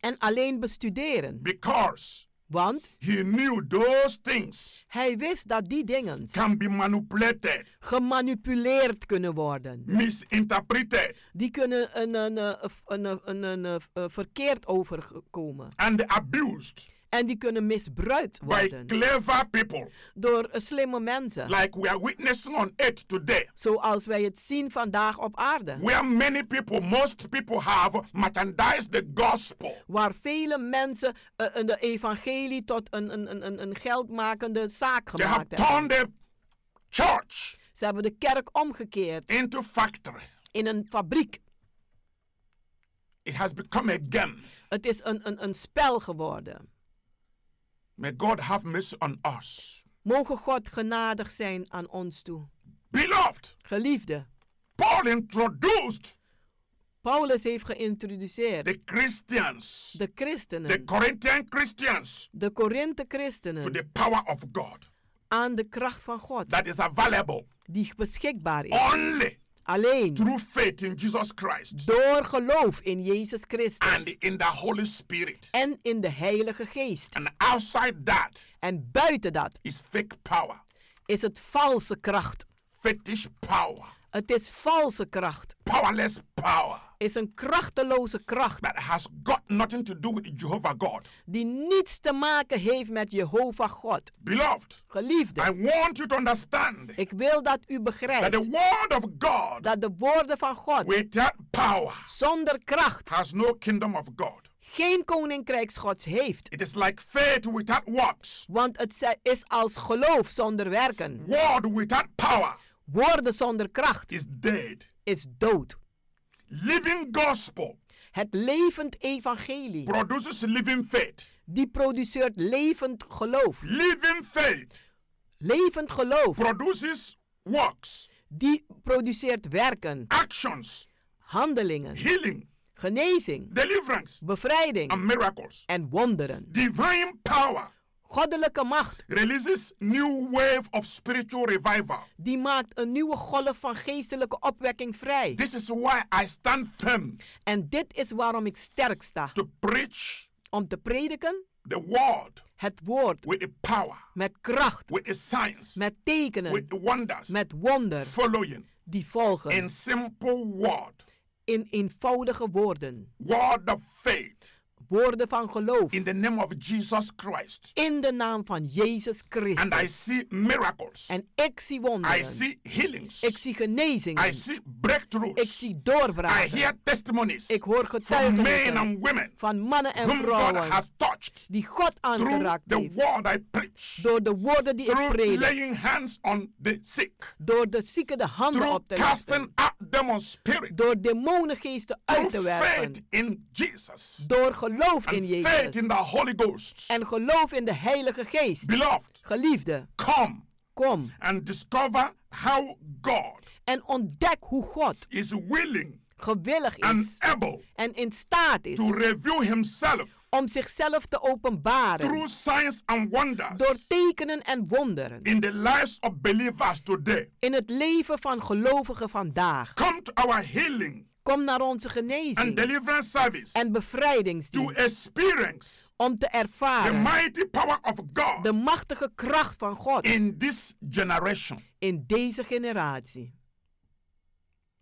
Speaker 11: en alleen bestuderen.
Speaker 10: because
Speaker 11: Want
Speaker 10: he knew those things
Speaker 11: hij wist dat die dingen
Speaker 10: can be manipulated,
Speaker 11: gemanipuleerd kunnen worden.
Speaker 10: misinterpreted,
Speaker 11: Die kunnen een, een, eh, een, een, een, een, eh, eh, verkeerd overkomen.
Speaker 10: and abused
Speaker 11: En die kunnen misbruikt
Speaker 10: by
Speaker 11: worden
Speaker 10: clever people
Speaker 11: door eh, slimme mensen.
Speaker 10: like we are witnessing on earth today.
Speaker 11: Zoals wij het zien vandaag op aarde.
Speaker 10: Where many people, most people have merchandised the gospel
Speaker 11: waar vele mensen eh, eh, de evangelie tot een, een, een, een, een geldmakende zaak
Speaker 10: They have
Speaker 11: gemaakt hebben.
Speaker 10: turned the
Speaker 11: Ze hebben de kerk omgekeerd.
Speaker 10: Into factory.
Speaker 11: In een fabriek.
Speaker 10: It has become a game.
Speaker 11: Het is een, een, een spel geworden.
Speaker 10: May God have mercy on us.
Speaker 11: Mogen God genadig zijn aan ons toe.
Speaker 10: Beloved.
Speaker 11: Geliefde.
Speaker 10: Paul introduced
Speaker 11: Paulus heeft geïntroduceerd.
Speaker 10: The Christians.
Speaker 11: De christenen.
Speaker 10: The Corinthian Christians.
Speaker 11: De Korinthe christenen.
Speaker 10: To the power of God.
Speaker 11: Aan de kracht van God.
Speaker 10: That is available.
Speaker 11: Die beschikbaar is.
Speaker 10: Only.
Speaker 11: Alleen.
Speaker 10: Through faith in Jesus Christ.
Speaker 11: Door geloof in Jezus Christus.
Speaker 10: And in the Holy Spirit.
Speaker 11: En in de Heilige Geest.
Speaker 10: And outside that.
Speaker 11: En buiten dat.
Speaker 10: Is fake power.
Speaker 11: Is het valse kracht.
Speaker 10: Fetish power.
Speaker 11: Het is valse kracht.
Speaker 10: Powerless power.
Speaker 11: Is een krachteloze kracht.
Speaker 10: That has got nothing to do with Jehovah God.
Speaker 11: Die niets te maken heeft met Jehovah God.
Speaker 10: Beloved.
Speaker 11: Geliefde.
Speaker 10: I want you to understand.
Speaker 11: Ik wil dat u begrijpt.
Speaker 10: That the word of God.
Speaker 11: Dat de woorden van God.
Speaker 10: Without power.
Speaker 11: Zonder kracht.
Speaker 10: Has no kingdom of God.
Speaker 11: Geen koninkrijksgods heeft.
Speaker 10: It is like faith without works.
Speaker 11: Want het is als geloof zonder werken.
Speaker 10: Word without power
Speaker 11: woorden zonder kracht
Speaker 10: is, dead.
Speaker 11: is dood.
Speaker 10: Living gospel.
Speaker 11: Het levend evangelie.
Speaker 10: Produces living faith.
Speaker 11: Die produceert levend geloof.
Speaker 10: Living faith.
Speaker 11: Levend geloof.
Speaker 10: Produces works.
Speaker 11: Die produceert werken.
Speaker 10: Actions.
Speaker 11: Handelingen.
Speaker 10: Healing.
Speaker 11: Genezing.
Speaker 10: Deliverance.
Speaker 11: Bevrijding.
Speaker 10: And miracles.
Speaker 11: En wonderen.
Speaker 10: Divine power
Speaker 11: goddelijke macht.
Speaker 10: Releases new wave of spiritual revival.
Speaker 11: Die maakt een nieuwe golf van geestelijke opwekking vrij.
Speaker 10: This is why I stand firm.
Speaker 11: En dit is waarom ik sterk sta.
Speaker 10: To preach.
Speaker 11: Om te prediken.
Speaker 10: The word.
Speaker 11: Het woord.
Speaker 10: With the power.
Speaker 11: Met kracht.
Speaker 10: With the science.
Speaker 11: Met tekenen.
Speaker 10: With the wonders.
Speaker 11: Met wonder.
Speaker 10: Following.
Speaker 11: Die volgen.
Speaker 10: In simple word.
Speaker 11: In eenvoudige woorden.
Speaker 10: Word of faith
Speaker 11: woorden van geloof.
Speaker 10: In the name of Jesus Christ.
Speaker 11: In de naam van Jezus Christus.
Speaker 10: And I see miracles.
Speaker 11: En ik zie wonderen.
Speaker 10: I see healings.
Speaker 11: Ik zie genezingen.
Speaker 10: I see breakthroughs.
Speaker 11: Ik zie doorbraken.
Speaker 10: I hear testimonies.
Speaker 11: Ik hoor getuigenissen.
Speaker 10: From men and women.
Speaker 11: Van mannen en
Speaker 10: whom
Speaker 11: vrouwen.
Speaker 10: God has touched.
Speaker 11: Die God aangeraakt
Speaker 10: the
Speaker 11: heeft.
Speaker 10: Word I preach.
Speaker 11: Door de woorden die
Speaker 10: Through
Speaker 11: ik predik.
Speaker 10: Laying hands on the sick.
Speaker 11: Door de zieken de handen
Speaker 10: Through
Speaker 11: op te
Speaker 10: casting out demon spirit.
Speaker 11: Door demonengeesten
Speaker 10: Through
Speaker 11: uit te werpen.
Speaker 10: faith in Jesus.
Speaker 11: Door geloof
Speaker 10: And
Speaker 11: in Jezus.
Speaker 10: faith in the Holy Ghost.
Speaker 11: En geloof in de Heilige Geest.
Speaker 10: Beloved.
Speaker 11: Geliefde.
Speaker 10: Come.
Speaker 11: Kom.
Speaker 10: And discover how God.
Speaker 11: En ontdek hoe God.
Speaker 10: Is willing.
Speaker 11: Gewillig is.
Speaker 10: And able.
Speaker 11: En in staat is.
Speaker 10: To reveal himself.
Speaker 11: Om zichzelf te openbaren.
Speaker 10: Through signs and wonders.
Speaker 11: Door tekenen en wonderen.
Speaker 10: In the lives of believers today.
Speaker 11: In het leven van gelovigen vandaag.
Speaker 10: Come to our healing.
Speaker 11: Kom naar onze genezing.
Speaker 10: And deliverance service.
Speaker 11: En bevrijdingsdienst.
Speaker 10: To experience.
Speaker 11: Om te ervaren.
Speaker 10: The mighty power of God.
Speaker 11: De machtige kracht van God.
Speaker 10: In this generation.
Speaker 11: In deze generatie.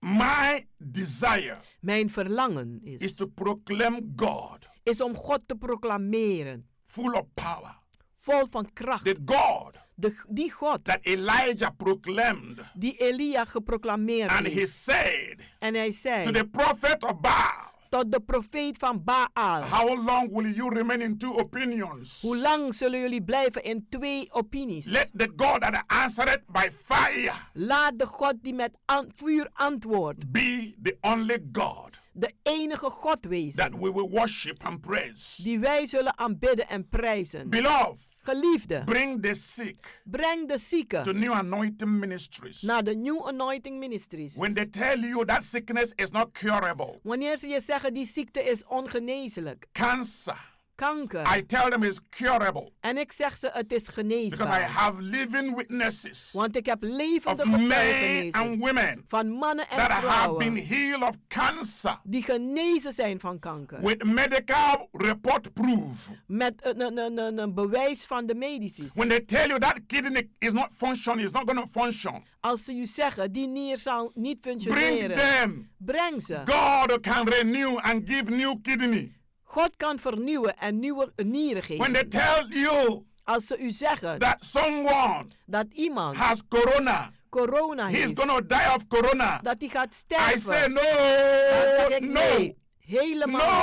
Speaker 10: My desire
Speaker 11: Mijn verlangen is,
Speaker 10: is, to proclaim God,
Speaker 11: is om God te proclameren.
Speaker 10: Full of power.
Speaker 11: Vol van kracht.
Speaker 10: The God
Speaker 11: de, die God
Speaker 10: that Elijah proclaimed.
Speaker 11: die Elia geproclameerd
Speaker 10: And he
Speaker 11: heeft.
Speaker 10: said
Speaker 11: En hij zei
Speaker 10: to the prophet of Baal.
Speaker 11: tot de profeet van Baal.
Speaker 10: How long will you remain in two opinions?
Speaker 11: Hoe lang zullen jullie blijven in twee opinies?
Speaker 10: Let the God that answered by fire
Speaker 11: Laat de God die met an- vuur antwoordt,
Speaker 10: be the only God
Speaker 11: de enige God wezen,
Speaker 10: that we will worship and praise.
Speaker 11: die wij zullen aanbidden en prijzen.
Speaker 10: Beloved,
Speaker 11: Geliefde,
Speaker 10: bring the sick
Speaker 11: breng de
Speaker 10: to
Speaker 11: zieken
Speaker 10: new anointing ministries.
Speaker 11: naar de New Anointing Ministries.
Speaker 10: When they tell you that sickness is not curable,
Speaker 11: Wanneer ze je zeggen die ziekte is ongeneeslijk,
Speaker 10: cancer, I
Speaker 11: kanker,
Speaker 10: tell them is curable
Speaker 11: en ik zeg ze het is
Speaker 10: because I
Speaker 11: geneesbaar.
Speaker 10: have living witnesses
Speaker 11: Want ik heb
Speaker 10: of
Speaker 11: levende
Speaker 10: men and
Speaker 11: getuigenissen
Speaker 10: women
Speaker 11: van mannen en
Speaker 10: that have been
Speaker 11: vrouwen
Speaker 10: healed of cancer
Speaker 11: die genezen zijn van kanker.
Speaker 10: with medical report proof.
Speaker 11: Met een, een, een, een- een bewijs van de medici.
Speaker 10: When they tell you that kidney is not functioning, it's not going to function,
Speaker 11: Als ze u zeggen, die nier zal niet
Speaker 10: bring
Speaker 11: functioneren.
Speaker 10: them.
Speaker 11: Breng ze.
Speaker 10: God can renew and give new kidney.
Speaker 11: God kan vernieuwen en nieuwe nieren
Speaker 10: When they
Speaker 11: geven.
Speaker 10: tell you
Speaker 11: Als ze u zeggen
Speaker 10: that someone
Speaker 11: dat iemand
Speaker 10: has corona,
Speaker 11: corona
Speaker 10: he's
Speaker 11: heeft,
Speaker 10: going to die of corona.
Speaker 11: dat die gaat
Speaker 10: I say
Speaker 11: sterven. Dan zeg
Speaker 10: no,
Speaker 11: ik
Speaker 10: no,
Speaker 11: nee. Helemaal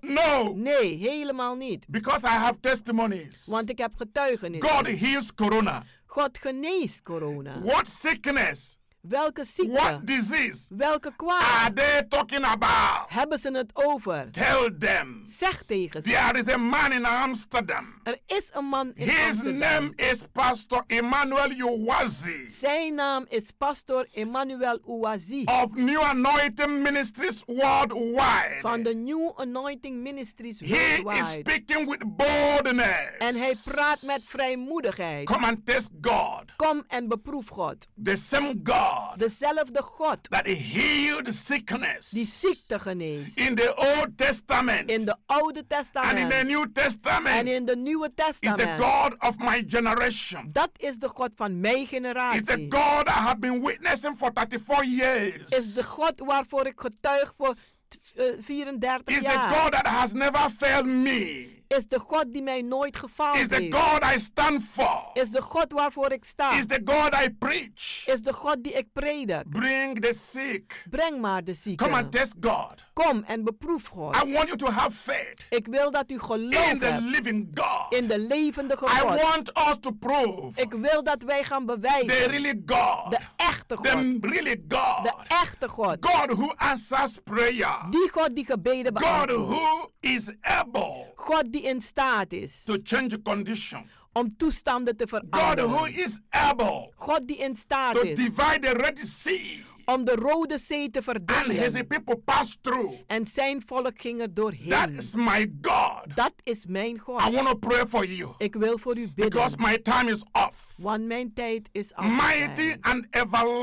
Speaker 11: niet.
Speaker 10: no, no.
Speaker 11: Nee, helemaal niet.
Speaker 10: Because I have testimonies.
Speaker 11: Want ik heb getuigenis.
Speaker 10: God heals corona.
Speaker 11: God geneest corona.
Speaker 10: What sickness?
Speaker 11: Welke ziekte?
Speaker 10: What disease?
Speaker 11: Welke kwaal?
Speaker 10: Are they talking about?
Speaker 11: Hebben ze het over?
Speaker 10: Tell them.
Speaker 11: Zeg tegen ze.
Speaker 10: There is a man in Amsterdam.
Speaker 11: Er is een man in
Speaker 10: His
Speaker 11: Amsterdam.
Speaker 10: name is Pastor Emmanuel Uwazi
Speaker 11: Zijn naam is pastor Emmanuel Ouazi
Speaker 10: of New Anointing Ministries worldwide.
Speaker 11: van de New Anointing Ministries
Speaker 10: He is
Speaker 11: worldwide.
Speaker 10: speaking with boldness.
Speaker 11: En hij praat met vrijmoedigheid.
Speaker 10: Come and test God,
Speaker 11: Kom en beproef God.
Speaker 10: the same God
Speaker 11: Dezelfde God
Speaker 10: that healed sickness
Speaker 11: die ziekte geneest.
Speaker 10: in the Old Testament
Speaker 11: In de Oude
Speaker 10: and in the
Speaker 11: Testament
Speaker 10: New
Speaker 11: en
Speaker 10: Testament
Speaker 11: in de Nieuwe
Speaker 10: is the
Speaker 11: Testament.
Speaker 10: God of my generation.
Speaker 11: Dat is de God van mijn
Speaker 10: Is the
Speaker 11: generatie.
Speaker 10: God I have been witnessing for 34 years.
Speaker 11: Is de God waarvoor ik getuig voor t- eh, 34
Speaker 10: Is the God
Speaker 11: jaar.
Speaker 10: that has never failed me.
Speaker 11: Is de God die mij nooit
Speaker 10: Is
Speaker 11: gefaald
Speaker 10: the
Speaker 11: heeft.
Speaker 10: God I stand for.
Speaker 11: Is de God waarvoor ik sta.
Speaker 10: Is the God I preach.
Speaker 11: Is de God die ik predik.
Speaker 10: Bring the sick.
Speaker 11: Breng maar de
Speaker 10: Come and
Speaker 11: zieken.
Speaker 10: test God.
Speaker 11: Kom en beproef God.
Speaker 10: I want you to have faith
Speaker 11: Ik wil dat u
Speaker 10: in
Speaker 11: geloof
Speaker 10: the
Speaker 11: hebt
Speaker 10: living God.
Speaker 11: in de levendige
Speaker 10: I
Speaker 11: God.
Speaker 10: want us to prove
Speaker 11: Ik wil dat wij gaan
Speaker 10: the
Speaker 11: bewijzen.
Speaker 10: really God.
Speaker 11: De echte God.
Speaker 10: The really
Speaker 11: De
Speaker 10: God.
Speaker 11: echte God.
Speaker 10: God who answers prayer.
Speaker 11: Die God die gebeden
Speaker 10: God
Speaker 11: beantwoordt.
Speaker 10: who is able
Speaker 11: God die in staat is
Speaker 10: to change condition.
Speaker 11: om toestanden te
Speaker 10: God who
Speaker 11: veranderen.
Speaker 10: is able
Speaker 11: God die in staat
Speaker 10: to
Speaker 11: is
Speaker 10: divide the Red Sea
Speaker 11: om de Rode Zee te
Speaker 10: and his
Speaker 11: verdelen.
Speaker 10: people pass through.
Speaker 11: En zijn volk ging er
Speaker 10: That
Speaker 11: doorheen.
Speaker 10: is my God.
Speaker 11: Dat is mijn
Speaker 10: I
Speaker 11: God.
Speaker 10: want to pray for you
Speaker 11: Ik wil voor u
Speaker 10: because
Speaker 11: bidden,
Speaker 10: my time is off.
Speaker 11: want mijn tijd is
Speaker 10: Mighty
Speaker 11: afgelopen.
Speaker 10: and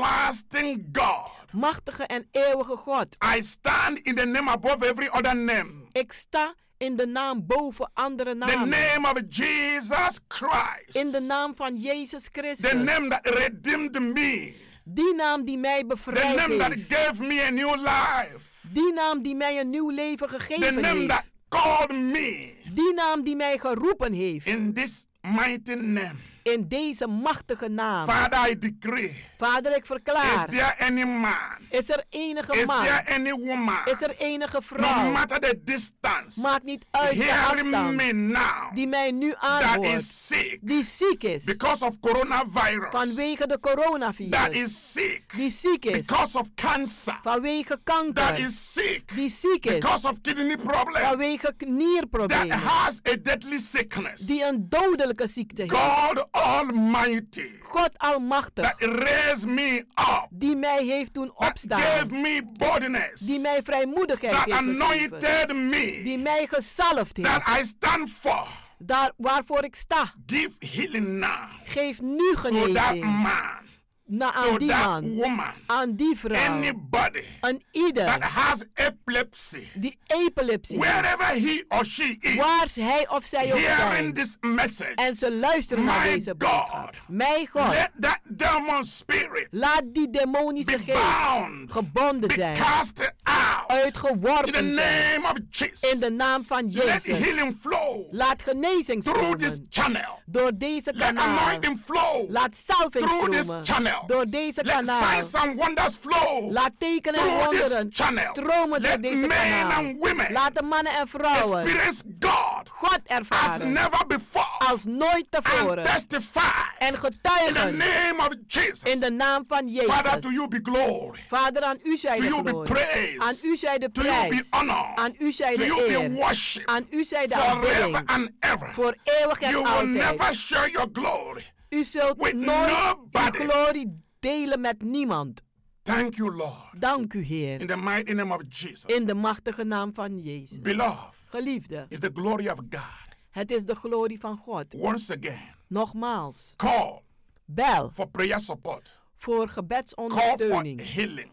Speaker 10: everlasting God,
Speaker 11: Machtige en eeuwige God,
Speaker 10: I stand in the name above every other name.
Speaker 11: ik sta in de naam boven andere
Speaker 10: The
Speaker 11: namen.
Speaker 10: name of Jesus Christ.
Speaker 11: In de naam van Jezus
Speaker 10: The name
Speaker 11: Christus.
Speaker 10: that redeemed me.
Speaker 11: Die naam die mij
Speaker 10: The
Speaker 11: bevrijd
Speaker 10: name that
Speaker 11: heeft.
Speaker 10: gave me a new life.
Speaker 11: Die naam die mij een nieuw leven
Speaker 10: The
Speaker 11: gegeven
Speaker 10: name that
Speaker 11: heeft.
Speaker 10: called me
Speaker 11: Die naam die mij geroepen heeft.
Speaker 10: in this mighty name.
Speaker 11: In deze machtige naam.
Speaker 10: Father, I decree.
Speaker 11: Vader, ik
Speaker 10: Is
Speaker 11: verklaar.
Speaker 10: there any man?
Speaker 11: Is er enige
Speaker 10: Is there
Speaker 11: man?
Speaker 10: any woman?
Speaker 11: Is er enige
Speaker 10: No
Speaker 11: vrouw?
Speaker 10: matter the distance.
Speaker 11: Maakt niet uit de
Speaker 10: Hearing me
Speaker 11: afstand
Speaker 10: now.
Speaker 11: die mij nu
Speaker 10: That is
Speaker 11: aanhoort.
Speaker 10: sick.
Speaker 11: Die ziek is
Speaker 10: because of coronavirus
Speaker 11: vanwege de
Speaker 10: that
Speaker 11: coronavirus.
Speaker 10: is sick
Speaker 11: Die ziek is
Speaker 10: because of cancer
Speaker 11: vanwege
Speaker 10: that
Speaker 11: kanker.
Speaker 10: is sick
Speaker 11: Die ziek is
Speaker 10: because of kidney problem
Speaker 11: vanwege
Speaker 10: that
Speaker 11: nierproblemen.
Speaker 10: has a deadly sickness
Speaker 11: Die een dodelijke ziekte heeft.
Speaker 10: god almighty
Speaker 11: God
Speaker 10: that
Speaker 11: Almachtig,
Speaker 10: raised me up
Speaker 11: die mij heeft doen
Speaker 10: that gave
Speaker 11: opstaan.
Speaker 10: me boldness
Speaker 11: Die mij vrijmoedigheid
Speaker 10: that
Speaker 11: heeft gegeven.
Speaker 10: anointed me
Speaker 11: Die mij gezalfd
Speaker 10: that
Speaker 11: heeft.
Speaker 10: i stand for
Speaker 11: Daar waarvoor ik sta.
Speaker 10: give healing now
Speaker 11: Geef nu
Speaker 10: to that
Speaker 11: genezing
Speaker 10: man
Speaker 11: na aan
Speaker 10: to
Speaker 11: die
Speaker 10: that
Speaker 11: man,
Speaker 10: woman
Speaker 11: aan die vrouw,
Speaker 10: anybody
Speaker 11: aan
Speaker 10: that
Speaker 11: ieder
Speaker 10: has epilepsy
Speaker 11: die epilepsie heeft.
Speaker 10: Wherever he or she
Speaker 11: Waar
Speaker 10: is
Speaker 11: hij of zij ook
Speaker 10: hearing
Speaker 11: zijn.
Speaker 10: this message,
Speaker 11: En ze luisteren naar
Speaker 10: My
Speaker 11: deze
Speaker 10: God.
Speaker 11: boodschap. Mijn God,
Speaker 10: let that demon spirit
Speaker 11: laat die demonische
Speaker 10: be
Speaker 11: geest
Speaker 10: bound,
Speaker 11: gebonden
Speaker 10: be
Speaker 11: zijn.
Speaker 10: cast out
Speaker 11: Oh,
Speaker 10: in the
Speaker 11: Uitgeworpen zijn.
Speaker 10: name of
Speaker 11: In
Speaker 10: Jesus.
Speaker 11: de naam van
Speaker 10: Let
Speaker 11: Jezus.
Speaker 10: healing flow
Speaker 11: Laat genezing
Speaker 10: through this
Speaker 11: stromen.
Speaker 10: channel.
Speaker 11: Door deze
Speaker 10: Let
Speaker 11: kanaal.
Speaker 10: anointing flow
Speaker 11: Laat salving
Speaker 10: through this
Speaker 11: stromen.
Speaker 10: channel.
Speaker 11: Door deze
Speaker 10: Let
Speaker 11: kanaal.
Speaker 10: signs and wonders flow
Speaker 11: Laat tekenen en
Speaker 10: through this
Speaker 11: wonderen
Speaker 10: channel.
Speaker 11: stromen door
Speaker 10: Let
Speaker 11: deze
Speaker 10: men
Speaker 11: kanaal.
Speaker 10: and women
Speaker 11: Laat de mannen en vrouwen
Speaker 10: experience God
Speaker 11: God
Speaker 10: as
Speaker 11: ervaren
Speaker 10: never before
Speaker 11: als nooit
Speaker 10: and
Speaker 11: tevoren.
Speaker 10: testify
Speaker 11: En
Speaker 10: In the
Speaker 11: getuigen
Speaker 10: name of Jesus.
Speaker 11: in de naam van
Speaker 10: Father, to
Speaker 11: Jezus.
Speaker 10: you be glory.
Speaker 11: Vader, aan u zij
Speaker 10: To
Speaker 11: de
Speaker 10: you be
Speaker 11: glorie.
Speaker 10: praised.
Speaker 11: Aan u zij de
Speaker 10: To you be
Speaker 11: prijs. Aan
Speaker 10: honor.
Speaker 11: u zij
Speaker 10: To
Speaker 11: de
Speaker 10: you be
Speaker 11: eer.
Speaker 10: worship.
Speaker 11: Aan u zij de
Speaker 10: Forever
Speaker 11: aanbidding.
Speaker 10: and ever.
Speaker 11: Voor eeuwig en
Speaker 10: You will
Speaker 11: altijd.
Speaker 10: never share your glory.
Speaker 11: U zult
Speaker 10: with
Speaker 11: nooit uw
Speaker 10: nobody.
Speaker 11: glorie delen met niemand.
Speaker 10: Thank you, Lord.
Speaker 11: Dank u,
Speaker 10: In
Speaker 11: Heer.
Speaker 10: the mighty name of Jesus.
Speaker 11: In de machtige naam van Jezus.
Speaker 10: Beloved,
Speaker 11: Geliefde,
Speaker 10: is the glory of God.
Speaker 11: het is de glorie van God.
Speaker 10: Once again,
Speaker 11: Nogmaals,
Speaker 10: call
Speaker 11: bel
Speaker 10: for prayer support.
Speaker 11: voor
Speaker 10: Call for
Speaker 11: gebedsondersteuning.
Speaker 10: healing.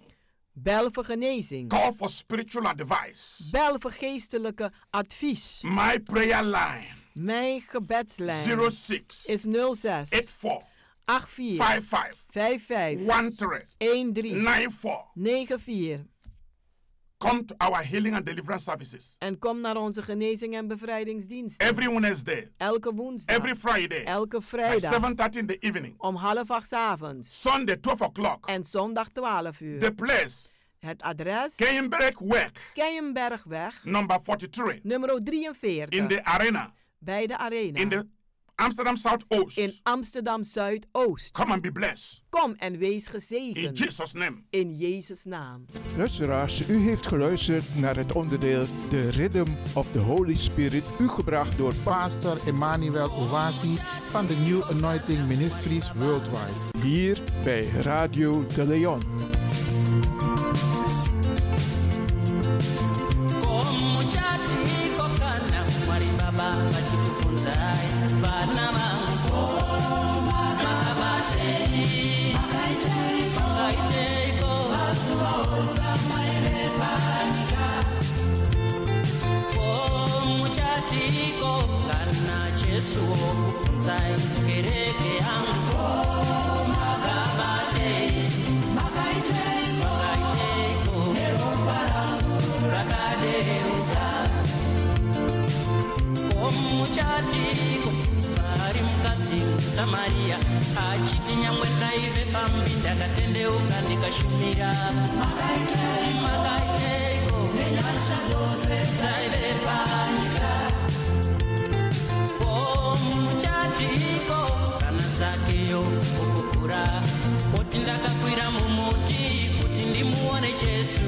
Speaker 11: Bel voor genezing.
Speaker 10: Call for spiritual advice.
Speaker 11: Bel voor geestelijke advies.
Speaker 10: My prayer line
Speaker 11: Mijn gebedslijn
Speaker 10: 06
Speaker 11: is 06
Speaker 10: 84
Speaker 11: 84
Speaker 10: 55
Speaker 11: 55
Speaker 10: 13
Speaker 11: 13
Speaker 10: 94.
Speaker 11: 94
Speaker 10: Come to our healing and deliverance services
Speaker 11: en kom naar onze genezing en bevrijdingsdienst.
Speaker 10: every Wednesday,
Speaker 11: Elke woensdag,
Speaker 10: every Friday,
Speaker 11: elke
Speaker 10: by
Speaker 11: vrijdag
Speaker 10: 7.30 in the evening,
Speaker 11: om half acht 's avonds
Speaker 10: Sunday, 12 o'clock.
Speaker 11: en zondag 12 uur.
Speaker 10: The place,
Speaker 11: Het adres
Speaker 10: Keienberg Work,
Speaker 11: Keienbergweg,
Speaker 10: number 43,
Speaker 11: nummer
Speaker 10: in
Speaker 11: 43
Speaker 10: the arena,
Speaker 11: bij de
Speaker 10: in
Speaker 11: arena.
Speaker 10: the Amsterdam Zuidoost.
Speaker 12: In Amsterdam Zuidoost.
Speaker 10: Come and be blessed.
Speaker 12: Kom en wees gezegend.
Speaker 10: In Jesus' name.
Speaker 12: In Jezus' naam.
Speaker 5: Luisteraars, u heeft geluisterd naar het onderdeel The Rhythm of the Holy Spirit, u gebracht door
Speaker 2: Pastor Emmanuel Owasi van de New Anointing Ministries Worldwide.
Speaker 5: Hier bij Radio de Leon.
Speaker 11: Yesu wokufunza kereke yangu makabatei makaiteiko neromba rangu rakadeuka omuchatiko vari mukadzi musamariya achiti nyangwe ndaive pambi ndakatendeuka ndikashumira makaiteiko nenyasha dzose dzaive panyika muchatiko kana zakeyo kukukura oti ndakakwira mumuti kuti ndimuone jesu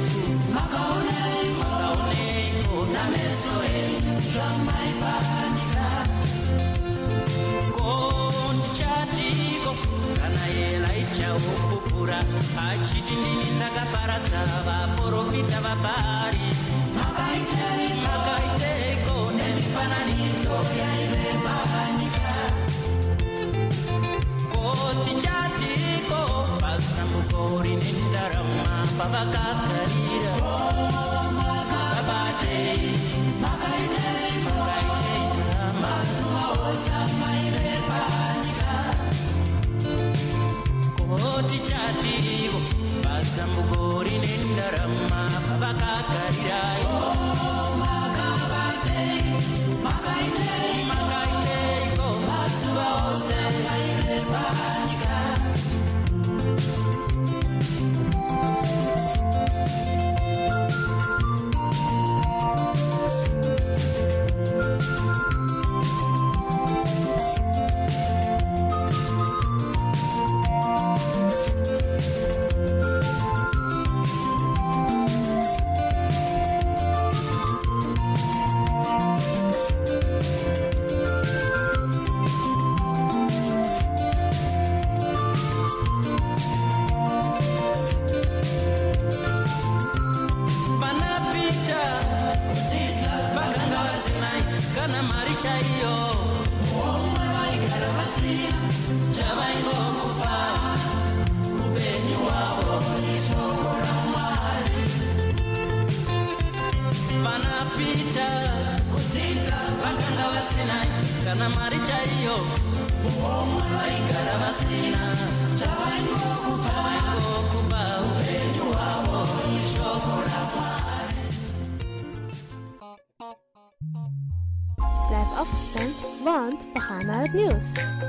Speaker 11: makaoneiko nameso enyu zvamaipanika kontichatiko kana elaijawo kukura achiti ndini ndakaparadza vaprofita vabhari makaiteiko nemifananidzo yaive panyika kotichatiko pasambuko rine ndarama pavakagarira kabatei makaiteiko mazuva ose amaive panyika koti chatiko pasambuko rine ndarama pavakagarirayo makaiteiko mazuva ose amaive panyika panapita vakanga vasina kana mari chaiyo chavaingokufa upenyu hwavo ishoko ramwari panapita vakanga vasina kana mari chaiyo vaigara vasina chavaingokufa upenyu hwavo ishoko ramwari
Speaker 1: Blijf afgestemd, want we gaan naar het nieuws.